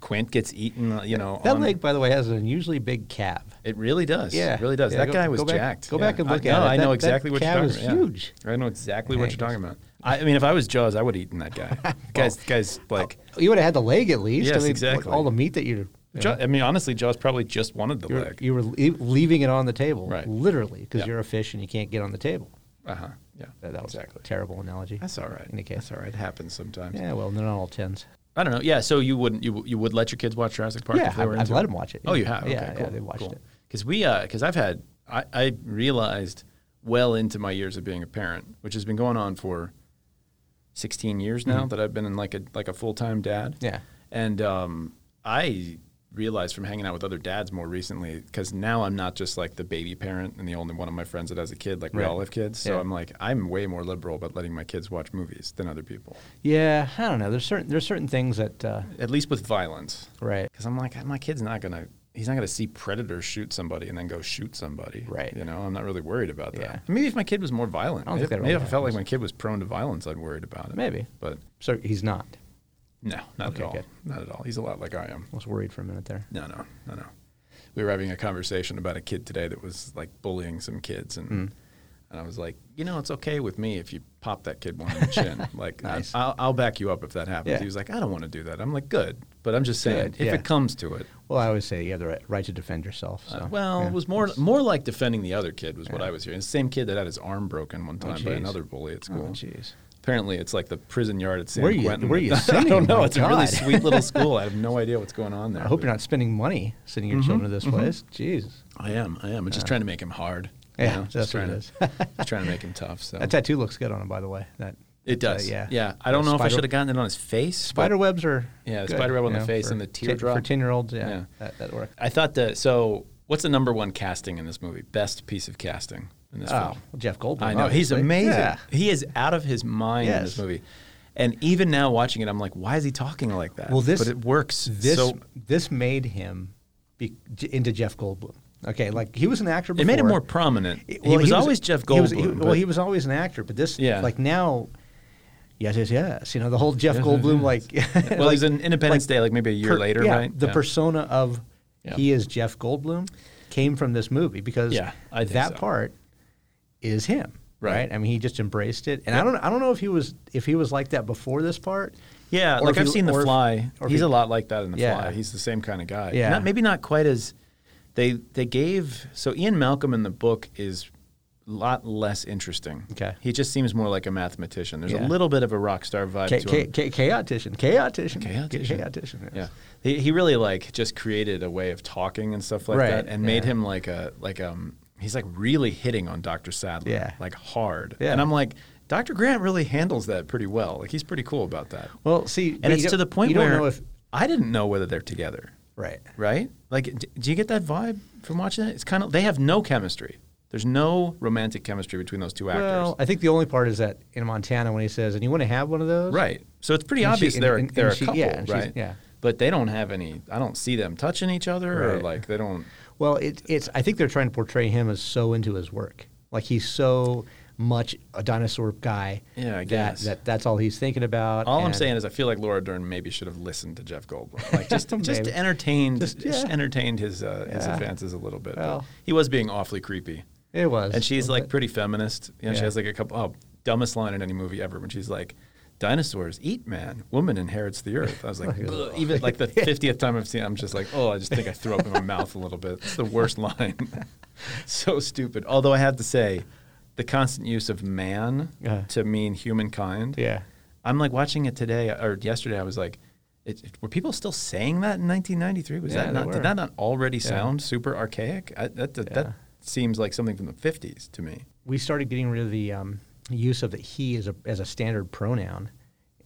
S3: Quint gets eaten. uh, You know
S2: That
S3: on-
S2: leg, by the way, has an unusually big calf.
S3: It really does.
S2: Yeah.
S3: it really does.
S2: Yeah,
S3: that
S2: go-
S3: guy was
S2: go back-
S3: jacked.
S2: go back and look
S3: I,
S2: at
S3: no,
S2: it.
S3: I
S2: That-
S3: know
S2: that
S3: exactly what you're
S2: cat
S3: talking
S2: was
S3: about. yeah.
S2: huge.
S3: I know exactly what
S2: Yeah,
S3: you're talking about. I, I mean, if I was Jaws, I would have eaten
S2: <laughs>
S3: that guy. Guy's, guy's like.
S2: You would have had the leg at least.
S3: Yes,
S2: I mean,
S3: exactly.
S2: All the meat that you, you,
S3: Jaw-
S2: know,
S3: I mean, honestly, Jaws probably just wanted the
S2: you were,
S3: leg.
S2: you were le- leaving it on the table,
S3: Right.
S2: literally, because
S3: Yeah.
S2: you're a fish and you can't get on the table.
S3: Uh huh. Yeah.
S2: That, that was
S3: exactly.
S2: a terrible analogy.
S3: That's all right.
S2: In any case.
S3: That's all right. It happens sometimes.
S2: Yeah, well, they're not all tens.
S3: I don't know. Yeah. So you wouldn't you you would let your kids watch Jurassic Park?
S2: Yeah,
S3: if they
S2: I've-
S3: were
S2: I've
S3: into
S2: let 'em watch it,
S3: Oh,
S2: yeah.
S3: you have.
S2: Yeah,
S3: okay,
S2: yeah,
S3: cool,
S2: they watched it.
S3: Because we because I've had I, I realized well into my years of being a parent, which has been going on for sixteen years now that I've been in like a like a full time dad.
S2: Mm-hmm. Yeah.
S3: And um, I realized from hanging out with other dads more recently because now I'm not just like the baby parent and the only one of my friends that has a kid. Like we
S2: Right.
S3: all have kids, so
S2: Yeah.
S3: I'm like I'm way more liberal about letting my kids watch movies than other people.
S2: Yeah, I don't know. There's certain there's certain things that uh,
S3: At least with violence.
S2: right.
S3: Because I'm like, my kid's not gonna, he's not gonna see Predator shoot somebody and then go shoot somebody.
S2: Right.
S3: You know, I'm not really worried about that.
S2: Yeah.
S3: Maybe if my kid was more violent,
S2: I don't
S3: maybe,
S2: think that
S3: maybe if
S2: really
S3: I felt like my kid was prone to violence, I'd worried about it.
S2: Maybe.
S3: But
S2: So he's not. I
S3: no, not
S2: Okay,
S3: at all.
S2: good.
S3: Not at all. He's a lot like I am.
S2: was worried for a minute there.
S3: No, no, no, no. We were having a conversation about a kid today that was like bullying some kids, and
S2: Mm.
S3: and I was like, you know, it's okay with me if you pop that kid one on the
S2: <laughs>
S3: chin. Like, I-
S2: Nice.
S3: I'll, I'll back you up if that happens.
S2: Yeah.
S3: He was like, I don't want to do that. I'm like, good, but I'm just saying,
S2: Good,
S3: if
S2: yeah.
S3: it comes to it,
S2: Well, I always say you have the right, right to defend yourself. So,
S3: Uh, well,
S2: yeah.
S3: it was more more like defending the other kid was what I was hearing. The same kid that had his arm broken one time by
S2: Oh, jeez.
S3: another bully at
S2: Oh,
S3: school.
S2: jeez.
S3: Apparently, it's like the prison yard at San
S2: Where you-
S3: Quentin.
S2: where you
S3: <laughs> I
S2: sitting?
S3: don't know.
S2: My
S3: It's a really
S2: God.
S3: sweet
S2: <laughs>
S3: little school. I have no idea what's going on there.
S2: I hope you're
S3: but
S2: not spending money sending
S3: Mm-hmm,
S2: your children to this place. Jeez.
S3: I am. I am. I'm just trying to make him hard. you
S2: Yeah,
S3: know,
S2: that's what
S3: trying
S2: it
S3: to,
S2: is.
S3: <laughs> just trying to make him tough. So
S2: That tattoo looks good on him, by the way. That
S3: it
S2: uh,
S3: does.
S2: yeah.
S3: Yeah. I don't
S2: The
S3: know if I
S2: spider-
S3: should have gotten it on his face. but-
S2: Spider webs are
S3: Yeah, the
S2: good,
S3: spider web on
S2: you
S3: the face
S2: for
S3: and the
S2: ti-
S3: teardrop.
S2: for ten year olds. Yeah,
S3: Yeah.
S2: That, that works.
S3: I thought that. So, what's the number one casting in this movie? Best piece of casting in this
S2: Oh,
S3: film?
S2: well, Jeff Goldblum.
S3: I know he's
S2: obviously.
S3: amazing.
S2: Yeah.
S3: He is out of his mind in this
S2: Yes.
S3: movie, and even now watching it, I'm like, why is he talking like that?
S2: Well, this-
S3: but it works.
S2: This
S3: so
S2: this made him be, j- into Jeff Goldblum. Okay, like he was an actor. Before.
S3: it made him more prominent.
S2: It-
S3: he was always Jeff Goldblum.
S2: he was- he- well,
S3: but-
S2: he was always an actor, but this,
S3: Yeah.
S2: like now, yes, yes, yes. You know the whole Jeff
S3: Yes, yes,
S2: Goldblum,
S3: yes.
S2: like, <laughs>
S3: well, he was in Independence Day, like maybe a year
S2: per-
S3: later,
S2: yeah,
S3: right?
S2: The
S3: Yeah.
S2: persona of
S3: Yeah.
S2: he is Jeff Goldblum came from this movie because
S3: Yeah, I think
S2: that
S3: so.
S2: part is him,
S3: Right.
S2: right. I mean, he just embraced it, and I don't, I don't know if he was, if he was like that before this part.
S3: Yeah,
S2: Or
S3: like
S2: if
S3: I've
S2: he-
S3: seen The
S2: or if-
S3: Fly.
S2: or if
S3: He's
S2: he-
S3: a lot like that in The
S2: Yeah.
S3: Fly. He's the same kind of guy.
S2: Yeah.
S3: Not, maybe not quite as they they gave so Ian Malcolm in the book is lot less interesting.
S2: Okay.
S3: He just seems more like a mathematician. There's
S2: Yeah.
S3: a little bit of a rock star vibe
S2: Ca-
S3: to
S2: ca-
S3: him.
S2: ca- chaotician, chaotician,
S3: Chaotician.
S2: chaotician. yes.
S3: Yeah. He, he really like just created a way of talking and stuff like
S2: Right,
S3: that and made
S2: yeah.
S3: him like a like um he's like really hitting on Dr. Sadler.
S2: Yeah.
S3: Like hard.
S2: Yeah.
S3: And I'm like, Dr. Grant really handles that pretty well. Like he's pretty cool about that.
S2: Well, see, but
S3: and
S2: you
S3: it's to
S2: don't-
S3: the point
S2: you
S3: where
S2: don't know if
S3: I didn't know whether they're together.
S2: right.
S3: right? Like, d- do you get that vibe from watching it? It's kind of they have no chemistry. There's no romantic chemistry between those two actors,
S2: Well, I think the only part is that in Montana when he says, "And you want to have one of those?"
S3: right? So it's pretty
S2: And she-
S3: obvious
S2: and-
S3: they're
S2: and-
S3: they're
S2: and
S3: a
S2: she-
S3: couple,
S2: yeah, and she's-
S3: right?
S2: yeah.
S3: But they don't have any. I don't see them touching each other, or
S2: Right.
S3: like they don't.
S2: Well, it, it's. I think they're trying to portray him as so into his work, like he's so much a dinosaur guy.
S3: Yeah, I
S2: that-
S3: guess.
S2: that that's all he's thinking about.
S3: All I'm
S2: and-
S3: saying is, I feel like Laura Dern maybe should have listened to Jeff Goldblum,
S2: <laughs>
S3: like just just
S2: Maybe.
S3: entertained
S2: Just,
S3: just
S2: yeah.
S3: entertained his uh, his
S2: Yeah.
S3: advances a little bit. But
S2: Well.
S3: he was being awfully creepy.
S2: it was,
S3: And she's like pretty feminist. You know, She
S2: Yeah.
S3: has like a couple, oh, dumbest line in any movie ever when she's like, dinosaurs eat man, woman inherits the earth. I was
S2: <laughs>
S3: like, "Ugh." even like the 50th time I've seen it, I'm just like, oh, I just think I threw up in my mouth a little bit. It's the worst line. <laughs> so stupid. Although I have to say, the constant use of man
S2: Uh-huh.
S3: to mean humankind.
S2: yeah.
S3: I'm like watching it today or yesterday. I was like, it, it- were people still saying that in 1993? Was
S2: Yeah,
S3: that
S2: they
S3: not,
S2: were.
S3: did that not already sound super archaic? I, that that, that seems like something from the 50s to me.
S2: We started getting rid of the um, use of the he as a as a standard pronoun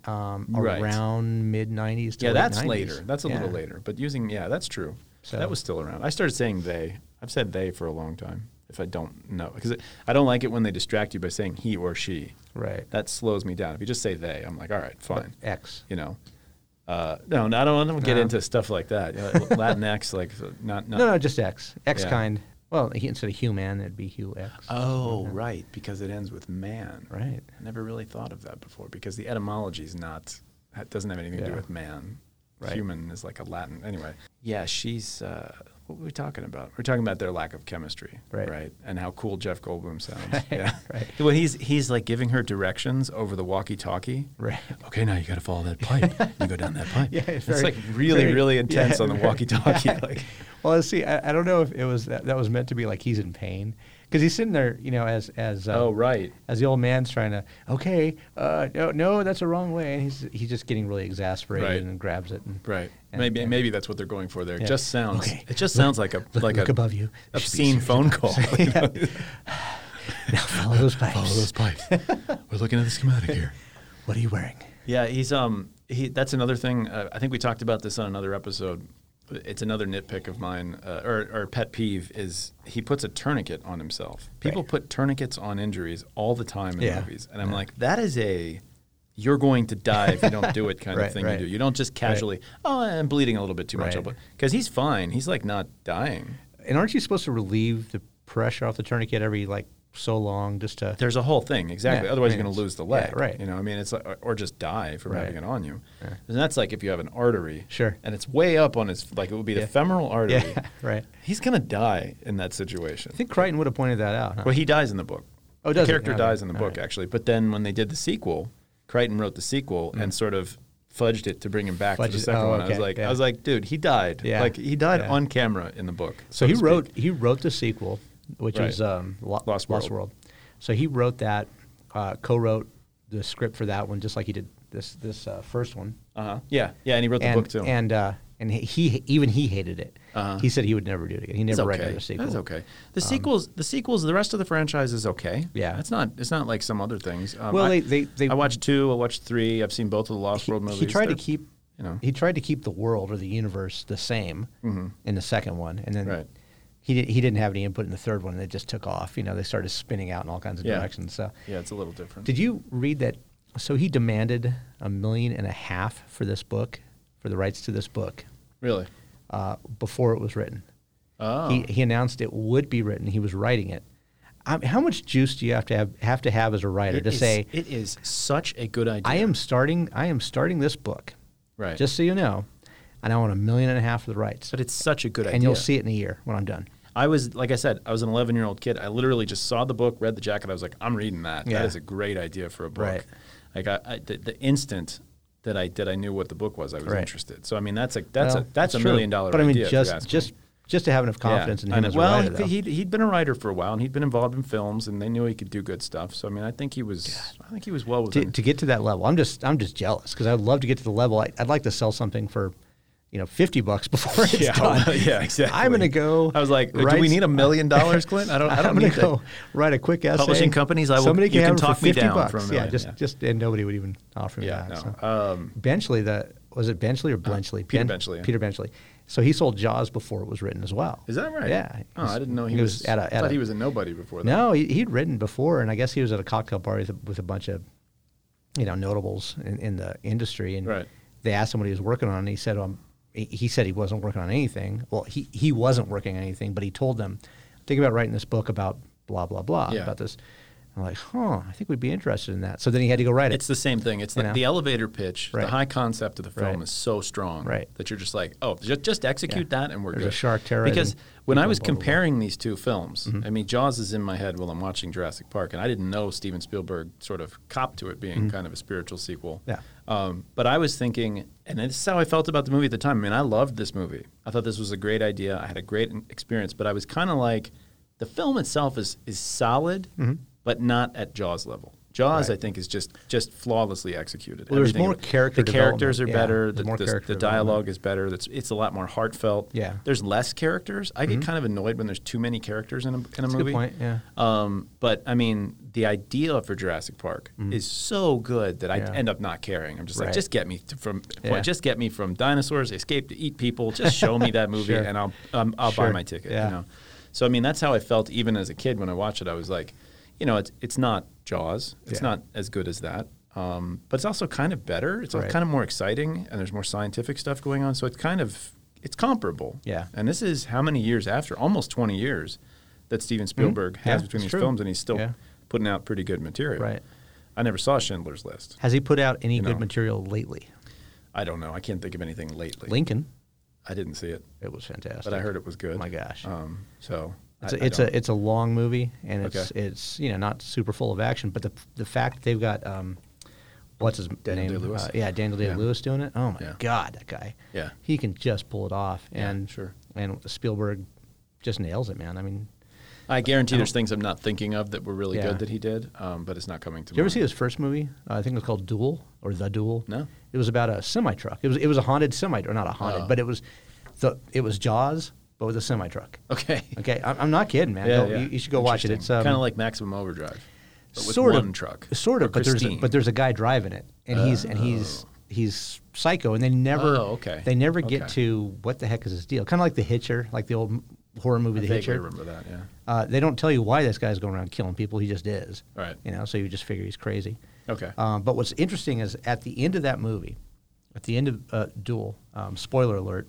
S2: um,
S3: Right.
S2: around mid '90s. To
S3: yeah,
S2: late
S3: that's
S2: 90s.
S3: later. That's a little
S2: Yeah.
S3: later. But using yeah, that's true.
S2: So-
S3: That was still around. I started saying they. I've said they for a long time. If I don't know, because I don't like it when they distract you by saying he or she.
S2: Right.
S3: That slows me down. If you just say they, I'm like, all right, fine.
S2: X.
S3: you know. Uh, no, no, I don't. I don't get
S2: No.
S3: into stuff like that. You know, Latinx, like not, not
S2: No, no, just X. X
S3: Uh, Yeah.
S2: kind. Well, he- instead of human, it'd be Hugh X.
S3: Oh, right, because it ends with man.
S2: Right.
S3: I never really thought of that before because the etymology is not it doesn't have anything to do
S2: Yeah.
S3: with man.
S2: Right.
S3: Human is like a Latin. Anyway, yeah, she's. Uh, what were we talking about? We're talking about their lack of chemistry,
S2: Right.
S3: And how cool Jeff Goldblum sounds. yeah, <laughs> right. Well, he's he's like giving her directions over the walkie-talkie.
S2: Right.
S3: Okay, now you got to follow that pipe. you go down <laughs> that pipe.
S2: Yeah,
S3: it's
S2: it's very-
S3: like really,
S2: very-
S3: really
S2: yeah,
S3: intense on the
S2: very-
S3: <laughs> walkie-talkie. Like,
S2: Well, see, I, I don't know if it was that, that was meant to be like he's in pain because he's sitting there, you know, as as uh,
S3: oh, right.
S2: as the old man's trying to okay, uh, no, no, that's the wrong way, and he's he's just getting really exasperated
S3: Right.
S2: and grabs it and
S3: Right.
S2: and-
S3: maybe
S2: and-
S3: maybe that's what they're going for there. It
S2: Yeah.
S3: Just sounds.
S2: Okay.
S3: It just sounds like a
S2: look,
S3: like
S2: look
S3: a
S2: above you There should be
S3: obscene
S2: serious <laughs>
S3: phone
S2: about
S3: call. <laughs>
S2: this. Yeah. now follow those pipes.
S3: <laughs> pipes. We're looking at the schematic here.
S2: What are you wearing?
S3: Yeah, he's um he. That's another thing. Uh, I think we talked about this on another episode. It's another nitpick of mine, uh, or, or pet peeve is he puts a tourniquet on himself. People
S2: Right.
S3: put tourniquets on injuries all the time in
S2: Yeah.
S3: movies, and I'm like, that is a you're going to die if you don't
S2: <laughs>
S3: do it kind
S2: Right,
S3: of thing
S2: right.
S3: you do. You don't just casually, oh, I'm bleeding a little bit too much,
S2: Right.
S3: because he's fine. He's like not dying.
S2: And aren't you supposed to relieve the pressure off the tourniquet every like so long just to?
S3: There's a whole thing, exactly.
S2: Yeah,
S3: Otherwise,
S2: I mean,
S3: you're going to
S2: it's-
S3: lose the leg,
S2: yeah, right.
S3: You know, I mean, it's like, or- or just die from
S2: Right.
S3: having it on you. And that's like if you have an artery,
S2: Sure.
S3: and it's way up on his, like it would be the
S2: Yeah.
S3: femoral artery.
S2: Yeah, <laughs> right.
S3: He's going to die in that situation.
S2: I think Crichton would have pointed that out. Huh?
S3: Well, he dies in the book.
S2: Oh,
S3: the
S2: does he?
S3: character
S2: Okay.
S3: dies in the
S2: All
S3: book actually. But then when they did the sequel, Crichton wrote the sequel and sort of fudged it to bring him back
S2: Mm. Fudged
S3: to the
S2: it.
S3: second
S2: Oh,
S3: one. I was
S2: okay.
S3: like, I
S2: Yeah.
S3: was like, dude, he died.
S2: Yeah.
S3: Like he died
S2: Yeah.
S3: on camera in the book.
S2: So
S3: to
S2: he
S3: speak.
S2: wrote he wrote the sequel, which
S3: Right.
S2: is um, Lo-
S3: Lost
S2: Lost,
S3: World.
S2: World. So he wrote that, uh, co-wrote the script for that one, just like he did this this uh, first one.
S3: Uh-huh. Yeah, yeah, and he wrote the
S2: and
S3: book too.
S2: and uh, and he, he even he hated it. He said he would never do it again. He
S3: It's
S2: never write
S3: okay.
S2: another sequel. Um,
S3: That's okay. The sequels, the sequels, the rest of the franchise is okay.
S2: Yeah.
S3: it's not. It's not like some other things. Um,
S2: Well, they-
S3: I,
S2: they- they-
S3: I watched two. I watched three. I've seen both of the Lost World movies.
S2: He tried to
S3: They're-
S2: keep
S3: you know. Mm-hmm.
S2: he tried to keep the world or the universe the same in the second one, and then.
S3: Right.
S2: He, did, he didn't have any input in the third one, and it just took off. You know, they started spinning out in all kinds of
S3: Yeah.
S2: directions. So,
S3: Yeah, it's a little different.
S2: Did you read that? So he demanded a million and a half for this book, for the rights to this book,
S3: really?
S2: uh, before it was written.
S3: Oh,
S2: He, he announced it would be written. He was writing it. Um, how much juice do you have to have, have to have as a writer to
S3: is-
S2: say,
S3: it is such a good idea.
S2: "I am starting, I am starting this book,
S3: right.
S2: just so you know, and I want a million and a half for the rights,
S3: but it's such a good idea.
S2: and you'll see it in a year when I'm done."
S3: I was like I said, I was an 11 year old kid. I literally just saw the book, read the jacket. I was like, I'm reading that.
S2: Yeah.
S3: That is a great idea for a book.
S2: Right.
S3: Like I, I the, the instant that I that I knew what the book was, I was
S2: Right.
S3: interested. So I mean, that's a that's
S2: Well,
S3: a that's a
S2: true.
S3: million dollar.
S2: But I mean,
S3: idea if you ask
S2: just
S3: me.
S2: just just to have enough confidence
S3: Yeah,
S2: in
S3: I
S2: him
S3: know.
S2: as a
S3: well,
S2: writer, though.
S3: he'd, he'd been a writer for a while, and he'd been involved in films, and they knew he could do good stuff. So I mean, I think he was, I think he was well
S2: to,
S3: within.
S2: to get to that level. I'm just I'm just jealous because I'd love to get to the level. I, I'd like to sell something for, you know, fifty bucks <laughs> before <laughs> it's
S3: yeah,
S2: done.
S3: yeah, exactly.
S2: I'm gonna go.
S3: I was like, do
S2: write- uh,
S3: we need a million dollars, Clint? <laughs> I don't.
S2: <laughs>
S3: I
S2: I'm
S3: don't
S2: gonna
S3: need that.
S2: go write a quick essay.
S3: Publishing companies, I will-
S2: Somebody
S3: you
S2: can,
S3: can
S2: have it
S3: talk
S2: for
S3: me
S2: 50
S3: down
S2: bucks.
S3: from a
S2: yeah,
S3: million,
S2: just
S3: yeah.
S2: just and nobody would even offer me
S3: Yeah,
S2: that.
S3: no.
S2: so.
S3: Um,
S2: Benchley, the was it Benchley or Blenchley?
S3: Peter Benchley, yeah.
S2: Peter Benchley. So he sold Jaws before it was written as well.
S3: is that right?
S2: Yeah.
S3: Oh, I didn't know he, was.
S2: at a,
S3: I
S2: at
S3: thought
S2: a
S3: he was a nobody before that.
S2: no, he, he'd written before, and I guess he was at a cocktail party with a, with a bunch of, you know, notables in, in the industry, and
S3: Right.
S2: they asked him what he was working on, and he said, um, he, he said he wasn't working on anything. Well, he he wasn't working on anything, but he told them, think about writing this book about blah blah blah
S3: Yeah.
S2: about this. I'm like, huh, I think we'd be interested in that. So then he had to go write it.
S3: It's the same thing. It's
S2: You
S3: the,
S2: know?
S3: the elevator pitch.
S2: Right.
S3: The high concept of the film
S2: Right.
S3: is so strong
S2: Right.
S3: that you're just like, oh, just, just execute
S2: Yeah.
S3: that and we're
S2: There's a
S3: good.
S2: shark terrorizing
S3: Because when I
S2: people,
S3: was
S2: blah, blah, blah.
S3: comparing these two films,
S2: Mm-hmm.
S3: I mean, Jaws is in my head while I'm watching Jurassic Park, and I didn't know Steven Spielberg sort of copped to it being kind of a spiritual sequel.
S2: Mm-hmm. Yeah.
S3: Um, but I was thinking, and this is how I felt about the movie at the time. I mean, I loved this movie. I thought this was a great idea. I had a great experience, but I was kind of like, the film itself is is solid,
S2: Mm-hmm.
S3: but not at Jaws level. Jaws, I think, is just just flawlessly executed.
S2: Well, there's
S3: Everything
S2: more
S3: ab-
S2: character
S3: The characters are
S2: development. Yeah,
S3: better.
S2: there's
S3: the
S2: more
S3: the-
S2: character
S3: the dialogue is better. It's it's a lot more heartfelt.
S2: Yeah. Mm-hmm.
S3: There's less characters. I get kind of annoyed when there's too many characters in a in a
S2: That's a
S3: movie.
S2: good point. Yeah.
S3: Um, but I mean, the idea for Jurassic Park is so good that I
S2: Mm-hmm. Yeah.
S3: end up not caring. I'm just
S2: Right.
S3: like, just get me to, from
S2: Yeah.
S3: just get me from dinosaurs escape to eat people. Just show me that movie,
S2: Sure.
S3: and I'll um, I'll
S2: Sure.
S3: buy my ticket.
S2: Yeah.
S3: You know, so I mean, that's how I felt even as a kid when I watched it. I was like, you know, it's it's not Jaws. It's
S2: Yeah.
S3: not as good as that. Um, but it's also kind of better. It's
S2: Right.
S3: kind of more exciting, and there's more scientific stuff going on. So it's kind of it's comparable.
S2: Yeah.
S3: And this is how many years after? Almost 20 years that Steven
S2: Mm-hmm.
S3: Spielberg has
S2: Yeah,
S3: between
S2: it's
S3: these
S2: true.
S3: films, and he's still
S2: Yeah.
S3: putting out pretty good material.
S2: Right.
S3: I never saw Schindler's List.
S2: Has he put out any good
S3: know.
S2: material lately?
S3: I don't know. I can't think of anything lately.
S2: Lincoln,
S3: I didn't see it,
S2: it was fantastic.
S3: but I heard it was good.
S2: My gosh.
S3: Um, so
S2: It's
S3: I-
S2: a,
S3: I
S2: it's
S3: don't-
S2: a it's a long movie, and it's
S3: Okay.
S2: it's you know not super full of action, but the the fact that they've got um, what's his
S3: Daniel
S2: name?
S3: Day-Lewis?
S2: Uh, yeah, Daniel Day Lewis doing it. Oh my
S3: Yeah.
S2: god, that guy.
S3: Yeah.
S2: he can just pull it off, and
S3: sure.
S2: and Spielberg just nails it, man. I mean,
S3: I guarantee there's things I'm not thinking of that were really
S2: Yeah.
S3: good that he did, um, but it's not coming to
S2: did you ever
S3: mind.
S2: see his first movie? Uh, I think it was called Duel or The Duel.
S3: No.
S2: it was about a semi truck. It was it was a haunted semi or not a haunted,
S3: Oh.
S2: but it was the it was Jaws but with a semi
S3: <laughs>
S2: truck.
S3: <laughs> Okay.
S2: Okay, I'm, I'm not kidding, man. Go- You, you should go watch it. It's um,
S3: kind of like Maximum Overdrive, but with
S2: sort
S3: one
S2: of
S3: truck.
S2: Sort
S3: or
S2: of, but there's a,
S3: Christine.
S2: but there's a guy driving it, and he's and he's he's psycho, and they never
S3: Oh, okay.
S2: they never get
S3: Okay.
S2: to what the heck is his deal? Kind of like The Hitcher, like the old m- horror movie The
S3: I vaguely
S2: Hitcher.
S3: remember that. Yeah.
S2: Uh, they don't tell you why this guy's going around killing people. He just is.
S3: Right.
S2: You know, so you just figure he's crazy.
S3: Okay.
S2: Um, but what's interesting is at the end of that movie, at the end of uh, Duel, um, spoiler alert,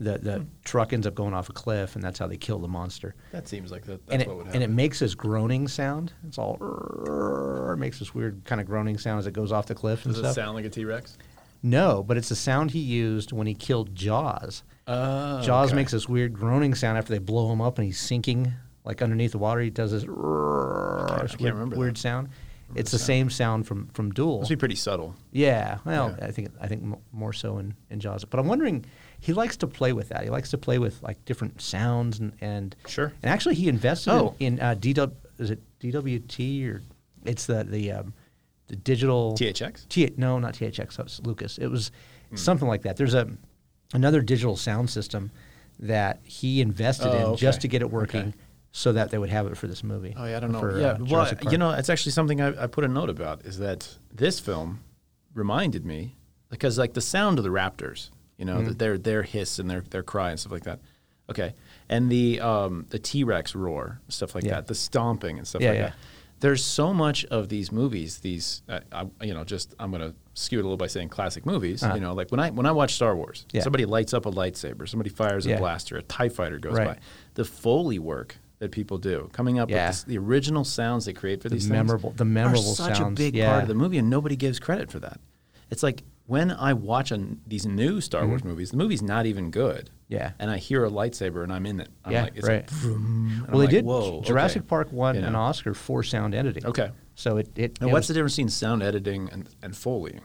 S2: the
S3: Hmm.
S2: the truck ends up going off a cliff, and that's how they kill the monster
S3: That seems like that, that's
S2: and it,
S3: what would
S2: and
S3: happen.
S2: it makes this groaning sound. It's all "Rrrr," it makes this weird kind of groaning sound as it goes off the cliff and
S3: Does
S2: stuff.
S3: it sound like a T Rex?
S2: No, but it's the sound he used when he killed Jaws.
S3: Uh,
S2: Jaws makes this weird groaning sound after they blow him up and he's sinking like underneath the water. He does this "Rrrr," this
S3: can't
S2: weird,
S3: remember
S2: weird
S3: that.
S2: sound. it's the same sound from from Duel.
S3: Must be pretty subtle.
S2: Yeah, well,
S3: Yeah.
S2: I think I think mo- more so in, in Jaws. But I'm wondering, he likes to play with that. He likes to play with like different sounds and and
S3: Sure.
S2: And actually, he invested
S3: Oh.
S2: in, in uh, DW is it DWT or it's the the um, the digital
S3: THX?
S2: T, no, not THX. That was Lucas. It was
S3: Hmm.
S2: something like that. There's a another digital sound system that he invested
S3: Oh,
S2: in just
S3: okay.
S2: to get it working. So that they would have it for this movie.
S3: Oh yeah, I don't know.
S2: for, uh,
S3: yeah, well,
S2: Jurassic
S3: you
S2: Park.
S3: know, it's actually something I, I put a note about is that this film reminded me because like the sound of the raptors, you know,
S2: Mm-hmm.
S3: their their hiss and their their cry and stuff like that. Okay, and the um, the T Rex roar, stuff like
S2: Yeah.
S3: that, the stomping and stuff
S2: Yeah,
S3: like
S2: yeah.
S3: that. There's so much of these movies. These, uh, I, you know, just I'm gonna skew it a little by saying classic movies. You know, like when I when I watch Star Wars,
S2: Uh-huh. Yeah.
S3: somebody lights up a lightsaber, somebody fires a
S2: Yeah.
S3: blaster, a Tie fighter goes
S2: Right.
S3: by. The Foley work that people do, coming up
S2: Yeah.
S3: with this, the original sounds they create for these things
S2: memorable- the memorable
S3: are such
S2: sounds,
S3: a big
S2: yeah.
S3: part of the movie, and nobody gives credit for that. It's like when I watch on these new Star Wars movies, the movie's not even good.
S2: Mm-hmm. Yeah.
S3: and I hear a lightsaber, and I'm in it. I'm
S2: yeah,
S3: like, it's
S2: right.
S3: Like, vroom, and
S2: well,
S3: I'm
S2: they
S3: like,
S2: did.
S3: Whoa,
S2: Jurassic
S3: okay.
S2: Park won
S3: You
S2: an
S3: know.
S2: Oscar for sound editing.
S3: Okay.
S2: So it. it
S3: And
S2: it
S3: what's the
S2: was-
S3: difference between sound editing and, and foley?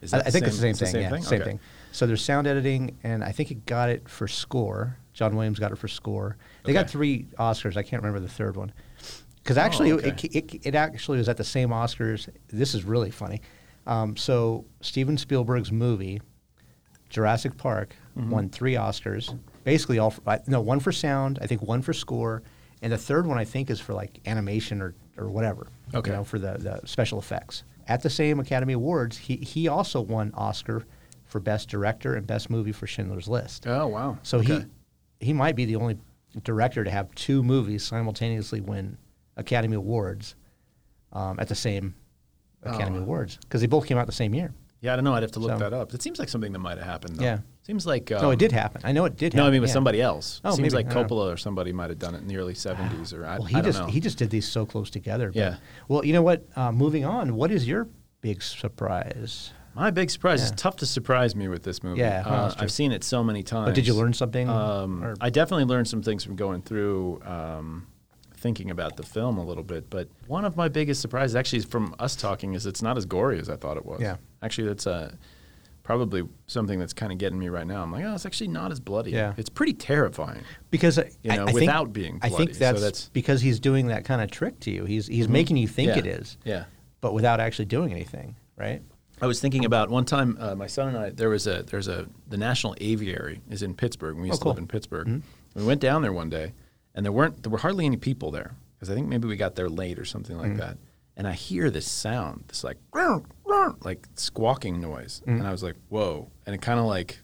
S3: Is
S2: I, I think it's the same
S3: it's
S2: thing. yeah, same
S3: Okay.
S2: thing. So there's sound editing, and I think it got it for score. John Williams got it for score. They got
S3: Okay.
S2: three Oscars. I can't remember the third one. Because actually,
S3: okay.
S2: it, it, it actually was at the same Oscars. This is really funny. Um, so Steven Spielberg's movie, Jurassic Park, won three Oscars. Basically, all for, uh, no one for sound. I think one for score, and the third one I think is for like animation or or whatever.
S3: Okay.
S2: you know, for the, the special effects. At the same Academy Awards, he he also won Oscar for Best Director and Best Movie for Schindler's List.
S3: Oh wow.
S2: So
S3: Okay.
S2: he he might be the only director to have two movies simultaneously win Academy Awards um, at the same
S3: Oh.
S2: Academy Awards because they both came out the same year.
S3: Yeah, I don't know. I'd have to look
S2: So-
S3: that up. It seems like something that might have happened. Though.
S2: Yeah.
S3: Seems like. Um,
S2: no, it did happen. I know it did.
S3: No,
S2: happen.
S3: I mean with
S2: yeah.
S3: somebody else.
S2: Oh,
S3: seems
S2: maybe.
S3: like
S2: I don't know.
S3: Coppola or somebody might have done it in the early '70s, or I,
S2: Well, he
S3: I don't
S2: just
S3: know.
S2: he just did these so close together. but-
S3: Yeah.
S2: Well, you know what? Uh, moving on. What is your big surprise?
S3: My big surprise. It's tough to surprise me with this movie.
S2: Yeah, well,
S3: uh,
S2: that's true.
S3: I've seen it so many times.
S2: But did you learn something?
S3: Um,
S2: Or-
S3: I definitely learned some things from going through um, thinking about the film a little bit. But one of my biggest surprises, actually, is from us talking, is it's not as gory as I thought it was.
S2: Yeah.
S3: Actually, that's uh, probably something that's kind of getting me right now. I'm like, oh, it's actually not as bloody.
S2: Yeah.
S3: It's pretty terrifying.
S2: because I-
S3: you know,
S2: I, I
S3: without
S2: think,
S3: being
S2: I
S3: bloody,
S2: think
S3: so
S2: that's,
S3: that's- Mm-hmm.
S2: because he's doing that kind of trick to you. He's he's making you think
S3: Yeah.
S2: it is,
S3: Yeah.
S2: but without actually doing anything,
S3: <laughs>
S2: right?
S3: I was thinking about one time uh, my son and I there was a there's a the National Aviary is in Pittsburgh. and We
S2: Oh,
S3: used
S2: cool. Mm-hmm.
S3: to live in Pittsburgh. We went down there one day and there weren't there were hardly any people there because I think maybe we got there late or something
S2: Mm-hmm.
S3: like that. And I hear this sound, this like "Grrr, grrr," like squawking noise,
S2: Mm-hmm.
S3: and I was like, "Whoa!" And it kind of like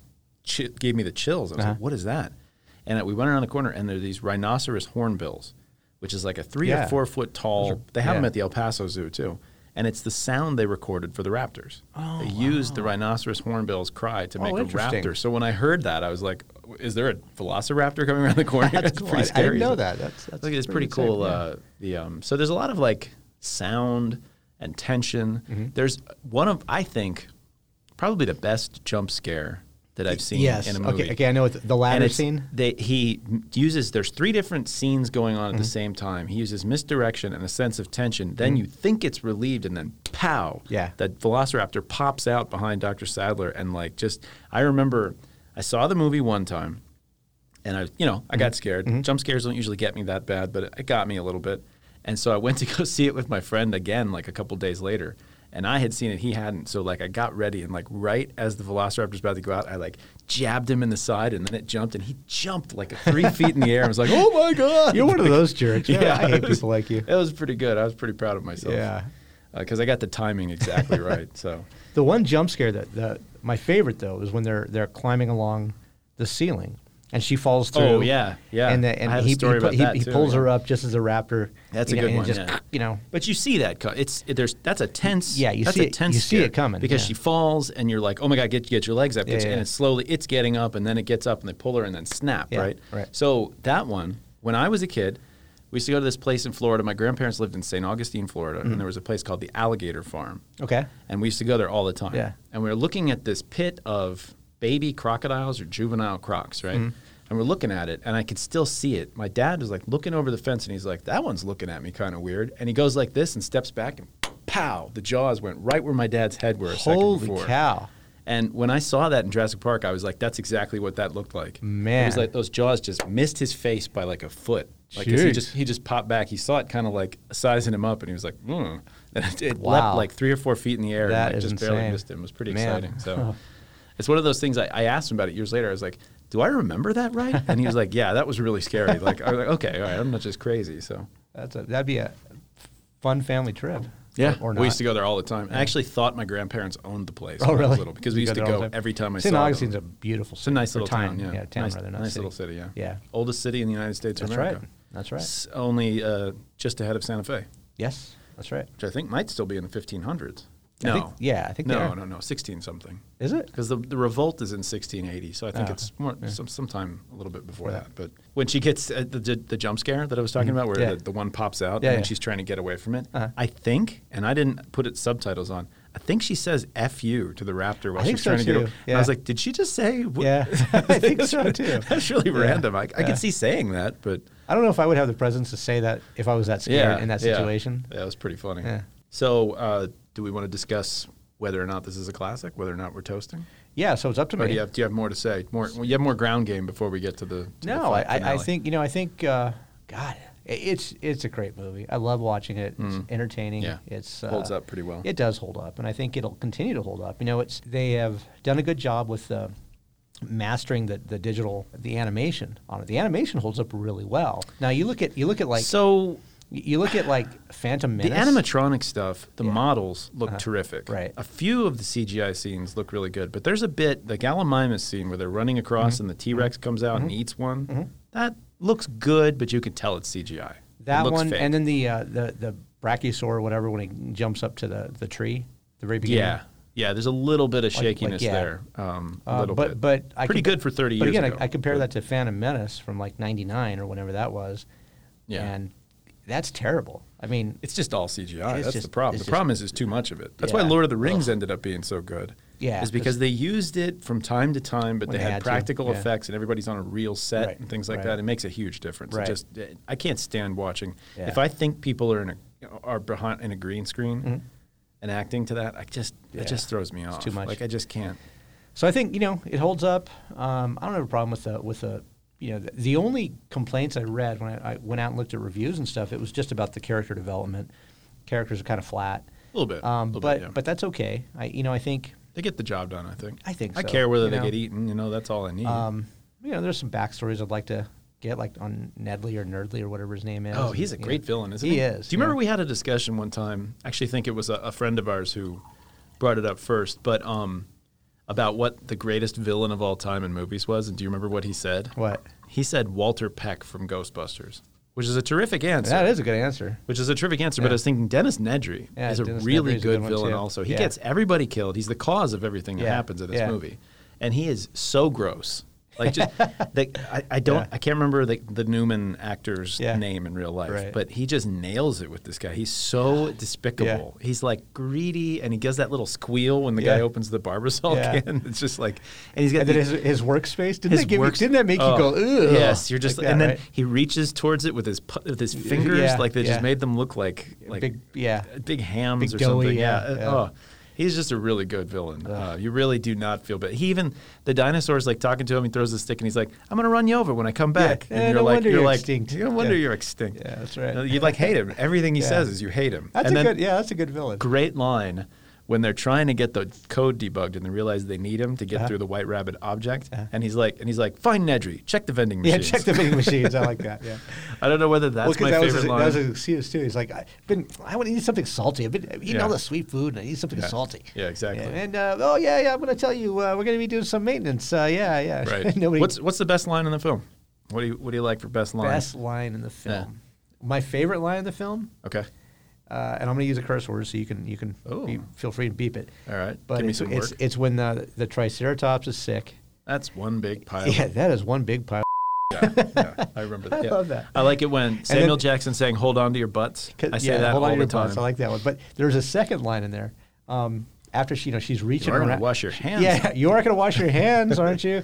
S3: chi- gave me the chills. I
S2: Uh-huh.
S3: was like, "What is that?" And we went around the corner, and there are these rhinoceros hornbills, which is like a three
S2: Yeah.
S3: or four foot tall. they have
S2: yeah.
S3: them at the El Paso Zoo too, and it's the sound they recorded for the raptors. they used the rhinoceros hornbill's cry to make a
S2: Oh, interesting.
S3: raptor. So when I heard that, I was like, "Is there a velociraptor coming around the corner?" <laughs>
S2: That's cool. I- I didn't know that. That's-
S3: I
S2: that's
S3: think it's
S2: pretty exciting,
S3: pretty, cool.
S2: yeah.
S3: Uh, the um, so there's a lot of like sound and tension.
S2: Mm-hmm.
S3: There's one of I think probably the best jump scare that I've seen
S2: yes.
S3: in a movie.
S2: okay. Okay. I know what the, the ladder
S3: it's-
S2: scene.
S3: They, he uses there's three different scenes going on at
S2: Mm-hmm.
S3: the same time. He uses misdirection and a sense of tension. Then you think it's relieved, and then pow!
S2: Yeah.
S3: the Velociraptor pops out behind Dr. Sadler, and like just I remember I saw the movie one time, and I you know I
S2: Mm-hmm.
S3: got scared. Jump scares don't usually get me that bad, but it got me a little bit. And so I went to <laughs> go see it with my friend again, like a couple days later. And I had seen it, he hadn't. So like I got ready, and like right as the Velociraptor's about to go out, I like jabbed him in the side, and then it jumped, and he jumped like three
S2: <laughs>
S3: feet in the air. I was like, <laughs> "Oh my god!"
S2: You're one of those
S3: <laughs>
S2: jerks. <laughs> Yeah, I hate
S3: it was-
S2: people like you.
S3: <laughs> It was pretty good. I was pretty proud of myself.
S2: Yeah.
S3: because I got the
S2: <laughs>
S3: timing exactly right. So
S2: The one jump scare that the, my favorite though is when they're they're climbing along the ceiling and she falls through.
S3: Oh, yeah, yeah.
S2: And, the, and
S3: I have a
S2: he, he
S3: story
S2: pu-
S3: about
S2: he,
S3: that,
S2: he
S3: too,
S2: pulls
S3: yeah.
S2: her up just as a raptor.
S3: That's
S2: you know,
S3: a good
S2: and
S3: one,
S2: Just
S3: yeah.
S2: you know,
S3: But you see that co- it's it- there's that's a tense
S2: Yeah, you
S3: that's
S2: see
S3: a
S2: it-
S3: tense
S2: you see
S3: scare
S2: it coming,
S3: because
S2: yeah.
S3: she falls and you're like oh my god get get your legs up
S2: Yeah,
S3: get your-
S2: yeah,
S3: and
S2: yeah.
S3: it's slowly it's getting up and then it gets up and they pull her and then snap
S2: Yeah,
S3: right
S2: right.
S3: so that one when I was a kid we used to go to this place in Florida my grandparents lived in St Augustine Florida
S2: Mm-hmm.
S3: and there was a place called the Alligator Farm
S2: okay.
S3: and we used to go there all the time.
S2: Yeah.
S3: And we were looking at this pit of baby crocodiles or juvenile crocs, right?
S2: Mm-hmm.
S3: And we're looking at it, and I could still see it. My dad was like looking over the fence, and he's like, "That one's looking at me, kind of weird." And he goes like this and steps back, and pow! The jaws went right where my dad's head were a
S2: Holy
S3: second before.
S2: cow.
S3: And when I saw that in Jurassic Park, I was like, "That's exactly what that looked like." it
S2: Man.
S3: was like those jaws just missed his face by like a foot. Like 'cause he
S2: Jeez.
S3: just he just popped back. He saw it kind of like sizing him up, and he was like, "Hmm." And it, it
S2: Wow.
S3: leapt like three or four feet in the air.
S2: That
S3: and I
S2: is
S3: just barely
S2: insane.
S3: missed him. It was pretty
S2: Man.
S3: exciting.
S2: <laughs>
S3: So it's one of those things. I, I asked him about it years later. I was like, "Do I remember that right?" And he was like, "Yeah, that was really scary." Like I was like, "Okay, all right, I'm not just crazy." So
S2: That's a, that'd be a fun family trip. or, or not.
S3: we used to go there all the time. I actually thought my grandparents owned the place.
S2: <laughs> Oh,
S3: when I was
S2: really?
S3: little because we
S2: You
S3: used to
S2: there all
S3: go
S2: the
S3: every time I
S2: St.
S3: saw them.
S2: Augustine's a beautiful
S3: It's a nice
S2: city, or
S3: little town, yeah.
S2: town
S3: nice,
S2: rather, not
S3: nice
S2: city.
S3: little city, yeah.
S2: Yeah.
S3: Oldest city in the United States
S2: That's
S3: of
S2: right.
S3: America.
S2: That's right.
S3: It's only uh, just ahead of Santa Fe,
S2: Yes, that's right.
S3: which I think might still be in the 1500s.
S2: I
S3: No.
S2: think- yeah, I think they
S3: No,
S2: are.
S3: no, no, 16 something.
S2: Is it?
S3: Because the, the revolt is in 1680, so I think
S2: Oh,
S3: it's more some, sometime a little bit before that. But when she gets uh, the, the, the jump scare that I was talking about, where
S2: Mm-hmm. Yeah.
S3: the, the one pops out
S2: Yeah,
S3: and then
S2: yeah.
S3: she's trying to get away from it,
S2: Uh-huh.
S3: I think, and I didn't put it subtitles on, I think she says "f you" to the raptor while
S2: I think
S3: she's
S2: so,
S3: trying to get
S2: too.
S3: away. And I was
S2: Yeah.
S3: like, did she just say? wh- <laughs>
S2: Yeah, <laughs> I think so too.
S3: That's really random. I, I
S2: Yeah.
S3: could see saying that, but
S2: I don't know if I would have the presence to say that if I was that scared in that
S3: yeah.
S2: situation.
S3: That was pretty funny.
S2: Yeah.
S3: So, uh, do we want to discuss whether or not this is a classic, whether or not we're toasting?
S2: Yeah, yeah, so it's up to
S3: Or do
S2: me.
S3: you have, do you have more to say? More, well, you have more ground game before we get to the. to the
S2: No, I,
S3: fi-
S2: I, I
S3: finale.
S2: think you know. I think uh, God, i- it's it's a great movie. I love watching it. It's entertaining.
S3: Mm. Yeah.
S2: It's uh,
S3: Holds up pretty well.
S2: It does hold up, and I think it'll continue to hold up. You know, it's they have done a good job with uh, mastering the, the digital the animation on it. The animation holds up really well. Now you look at you look at like
S3: so.
S2: you look at like Phantom
S3: The
S2: Menace.
S3: animatronic stuff, the models look terrific.
S2: Uh-huh. Right.
S3: A few of the CGI scenes look really good, but there's a bit, the Gallimimus scene where they're running across
S2: Mm-hmm.
S3: and the T Rex comes out and eats one. That looks good, but you can tell it's CGI. It
S2: That
S3: looks
S2: one,
S3: fake.
S2: and then the uh, the the brachiosaur or whatever when he jumps up to the the tree, the very beginning.
S3: yeah, yeah, there's a little bit of shakiness
S2: yeah.
S3: there. Um, a
S2: Uh,
S3: little
S2: but
S3: bit.
S2: but I
S3: pretty
S2: compa-
S3: good for 30
S2: but
S3: years
S2: again,
S3: ago.
S2: I, I compare that to Phantom Menace from like '99 or whenever that was,
S3: Yeah.
S2: and that's terrible. I mean,
S3: It's just all CGI.
S2: It's
S3: That's
S2: just-
S3: the problem. The
S2: it's just-
S3: problem is there's too much of it. That's why
S2: Yeah.
S3: Lord of the Rings ended up being so good.
S2: Yeah,
S3: Is because they used it from time to time, but
S2: When
S3: they
S2: they
S3: had,
S2: had to,
S3: practical
S2: yeah.
S3: effects and everybody's on a real set
S2: Right,
S3: and things like
S2: right.
S3: that. It makes a huge difference. It
S2: Right.
S3: just I can't stand watching.
S2: Yeah.
S3: If I think people are in a are behind in a green screen and acting to that, I just
S2: Mm-hmm. Yeah.
S3: it just throws me off.
S2: too much.
S3: Like I just can't.
S2: so I think you know it holds up. Um, I don't have a problem with the with the you know the, the only complaints I read when I, I went out and looked at reviews and stuff, it was just about the character development. Characters are kind of flat,
S3: A little bit.
S2: um,
S3: little
S2: but
S3: bit, yeah.
S2: but that's okay. I you know I think
S3: they get the job done. I think.
S2: I think
S3: I
S2: so,
S3: care whether
S2: you
S3: they
S2: know.
S3: get eaten. You know, that's all I need.
S2: um, you know there's some backstories I'd like to get like on Nedley or Nerdly or whatever his name is.
S3: Oh, he's a
S2: You know.
S3: great villain, isn't
S2: He
S3: he?
S2: is,
S3: Do you remember
S2: yeah.
S3: we had a discussion one time? Actually, I think it was a, a friend of ours who brought it up first, but um, about what the greatest villain of all time in movies was. And do you remember what he said?
S2: What?
S3: He said Walter Peck from Ghostbusters, which is a terrific answer.
S2: That is a good answer.
S3: Which is a terrific answer, but I was thinking Dennis Nedry
S2: Yeah,
S3: is a
S2: Dennis
S3: really
S2: Nedry is a
S3: good,
S2: good one,
S3: villain.
S2: too.
S3: Also, he
S2: Yeah.
S3: gets everybody killed. He's the cause of everything that
S2: Yeah,
S3: happens in this
S2: yeah.
S3: movie, and he is so gross.
S2: <laughs>
S3: Like just, the, I, I don't, I can't remember the, the Newman actor's
S2: Yeah.
S3: name in real life,
S2: Right.
S3: but he just nails it with this guy. He's so despicable. He's like greedy, and he gives that little squeal when the
S2: Yeah.
S3: guy opens the barbasol
S2: Yeah.
S3: can. <laughs> It's just like, and he's got
S2: And then
S3: the-
S2: his, his workspace didn't
S3: his
S2: that give
S3: work.
S2: you, didn't that make
S3: oh,
S2: you go Ugh,
S3: Yes, you're just,
S2: like that,
S3: and then
S2: right?
S3: he reaches towards it with his pu- with his fingers,
S2: yeah,
S3: like they
S2: yeah.
S3: just made them look like like
S2: Big- yeah.
S3: big
S2: Big
S3: hams or
S2: doughy,
S3: something.
S2: yeah,
S3: Yeah, uh,
S2: yeah.
S3: Oh, he's just a really good villain. Uh, you really do not feel bad. He even the dinosaur's like talking to him. He throws a stick and he's like, "I'm gonna run you over when I come back."
S2: Yeah, Eh,
S3: And
S2: no
S3: you're like,
S2: wonder
S3: you're
S2: you're
S3: like,
S2: extinct.
S3: No wonder
S2: Yeah.
S3: you're extinct.
S2: Yeah, that's right.
S3: Uh, You like hate him. Everything he
S2: <laughs> Yeah.
S3: says is you hate him.
S2: that's
S3: and
S2: a
S3: then,
S2: good yeah, that's a good villain.
S3: great line when they're trying to get the code debugged and they realize they need him to
S2: Uh-huh.
S3: get through the White Rabbit object. And he's like, and he's like, find Nedry, check the vending
S2: Yeah,
S3: machine.
S2: check the vending machines. I like that.
S3: <laughs>
S2: Yeah.
S3: I don't know whether that's
S2: well,
S3: my
S2: 'cause that was,
S3: favorite
S2: his, that
S3: line.
S2: was his excuse too. He's like, I've been, I want to eat something salty. I've been eating
S3: Yeah.
S2: all the sweet food, and I need something salty.
S3: Yeah, exactly.
S2: and uh, oh yeah, <laughs> yeah, I'm going to tell you, uh, we're going to be doing some maintenance. Uh, yeah, yeah. <laughs>
S3: right.
S2: Nobody.
S3: What's what's the best line in the film? What do you what do you like for best line?
S2: best line in the film? My favorite line in the film,
S3: Okay.
S2: uh, and I'm going to use a curse word, so you can you can
S3: Oh.
S2: you feel free to beep it.
S3: All right.
S2: But
S3: Give me
S2: it's,
S3: some
S2: it's
S3: work.
S2: it's when the the Triceratops is sick.
S3: That's one big pile.
S2: Yeah, that is one big pile.
S3: Yeah, yeah, I remember
S2: <laughs>
S3: that.
S2: I
S3: Yeah.
S2: love that.
S3: I like it when Samuel
S2: then-
S3: Jackson saying, "Hold on to your butts."
S2: 'Cause-
S3: I say
S2: yeah,
S3: that
S2: hold on
S3: all
S2: to
S3: the
S2: your
S3: time.
S2: butts. I like that one. But there's a second line in there. Um, after she, you know, she's reaching.
S3: are gonna
S2: around-
S3: wash your hands.
S2: Yeah, you are going to wash your hands, aren't
S3: <laughs>
S2: you?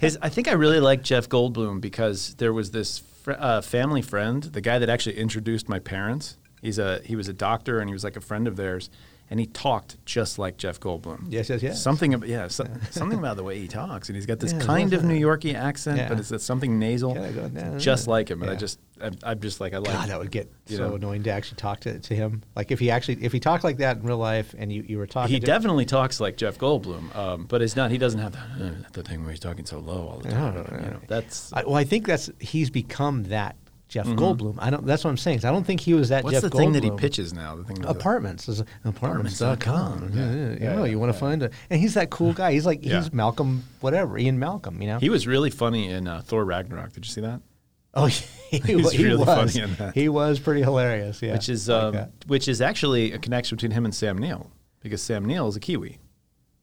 S3: His, I think I really like Jeff Goldblum because there was this fr- uh, family friend, the guy that actually introduced my parents. He's a he was a doctor and he was like a friend of theirs, and he talked just like Jeff Goldblum.
S2: Yes, yes, yes.
S3: Something about yeah, so, something about the way he talks, and he's got this
S2: Yeah,
S3: kind of
S2: wasn't
S3: New Yorkie accent,
S2: Yeah.
S3: but it's something nasal,
S2: Yeah, go- yeah,
S3: just
S2: yeah.
S3: like him. And I
S2: Yeah.
S3: just I'm, I'm just like I like
S2: God, that would get
S3: you
S2: so
S3: know.
S2: annoying to actually talk to, to him. Like if he actually, if he talked like that in real life, and you, you were talking,
S3: He
S2: to
S3: definitely talks like Jeff Goldblum, um, but it's not. He doesn't have the, uh, the thing where he's talking so low all the time. you know, that's
S2: I, well, I think that's he's become that Jeff Goldblum. I don't. That's what I'm saying. 'cause I don't think he was that.
S3: Mm-hmm. what's
S2: Jeff
S3: the thing that he
S2: Goldblum.
S3: pitches now. The thing with the-
S2: Apartments is apartments.com.
S3: Apartments.com.
S2: Yeah, yeah,
S3: Yeah,
S2: you know,
S3: yeah,
S2: you want to find a, and he's that cool guy. He's like
S3: Yeah.
S2: he's Malcolm, whatever, Ian Malcolm. You know,
S3: He was really funny in uh, Thor Ragnarok. Did you see that?
S2: Oh, <laughs> he,
S3: <laughs> He's
S2: wa- he
S3: really
S2: was.
S3: funny in that.
S2: He was pretty hilarious. Yeah,
S3: Which is
S2: I like
S3: um,
S2: that.
S3: which is actually a connection between him and Sam Neill because Sam Neill is a Kiwi,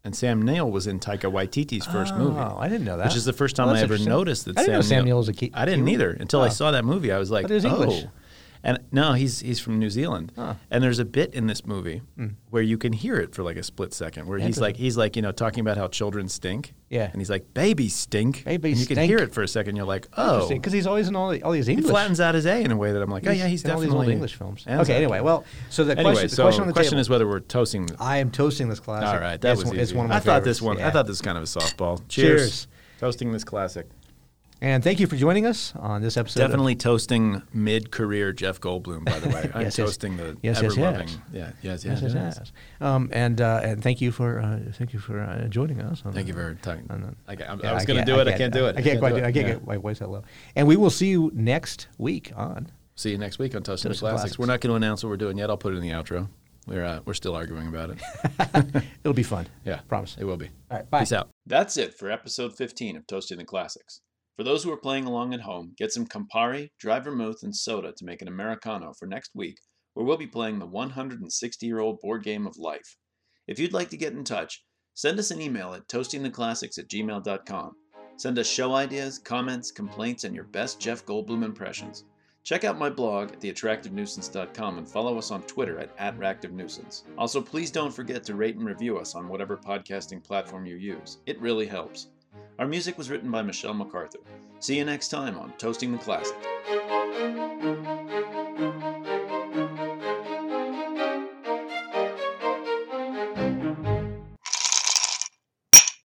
S3: and Sam Neill was in Taika Waititi's first movie.
S2: Oh, I didn't know that.
S3: Which is the first time
S2: Well,
S3: I
S2: that's
S3: ever
S2: interesting.
S3: noticed that
S2: I didn't
S3: Sam,
S2: know Sam Neill was a Ki-
S3: I didn't
S2: Kiwi.
S3: either until I saw that movie. I was like,
S2: But he was English.
S3: oh. And no, he's he's from New Zealand.
S2: Huh. Hmm.
S3: And there's a bit in this movie where you can hear it for like a split second, where he's like he's like you know talking about how children stink.
S2: Yeah.
S3: And he's like babies stink.
S2: Babies
S3: and you can
S2: stink.
S3: hear it for a second. You're like oh.
S2: because he's always in all, the- all these
S3: He
S2: English.
S3: flattens out his A in a way that I'm like, oh
S2: he's
S3: yeah, he's
S2: in all these
S3: definitely
S2: old English films.
S3: Anzac.
S2: Okay, anyway, well, so the
S3: Anyway,
S2: question, the
S3: so
S2: question on the
S3: question
S2: table,
S3: is whether we're toasting. The,
S2: I am toasting this classic.
S3: all right, that
S2: it's,
S3: was
S2: one- it's
S3: easy.
S2: one of my
S3: I thought this
S2: favorites.
S3: one.
S2: Yeah.
S3: I thought this was kind of a softball.
S2: Cheers.
S3: Toasting this classic.
S2: And thank you for joining us on this episode. of-
S3: Definitely toasting mid-career Jeff Goldblum. By the way,
S2: <laughs>
S3: I'm
S2: Yes, yes.
S3: toasting the
S2: Yes, yes,
S3: ever-loving.
S2: yes.
S3: Yeah, yes, yes,
S2: Yes, yes,
S3: yes.
S2: yes. Um, and uh, and thank you for uh, thank you for uh, joining us. On
S3: Thank
S2: the-
S3: you for talking.
S2: on the-
S3: I, I, I
S2: Yeah,
S3: was going to do it. I can't, do it.
S2: I can't quite
S3: do
S2: do it. I can't
S3: Yeah.
S2: get my voice that low. And we will see you next week
S3: <laughs>
S2: on.
S3: See you next week on Toasting the
S2: Toasting the
S3: Classics. We're
S2: Classics.
S3: not going to announce what we're doing yet. I'll put it in the outro. We're uh, we're still arguing about it.
S2: It'll be fun.
S3: Yeah,
S2: Promise.
S3: it will be.
S2: All right. Bye.
S3: Peace out.
S1: <laughs> That's it for episode 15 of Toasting the Classics. For those who are playing along at home, get some Campari, dry vermouth, and soda to make an Americano for next week, where we'll be playing the 160 year old board game of life. If you'd like to get in touch, send us an email at toastingtheclassics at gmail.com. Send us show ideas, comments, complaints, and your best Jeff Goldblum impressions. Check out my blog at theattractivenuisance.com and follow us on Twitter at, at @reactivenuisance. Also, please don't forget to rate and review us on whatever podcasting platform you use. It really helps. Our music was written by Michelle MacArthur. See you next time on Toasting the Classics.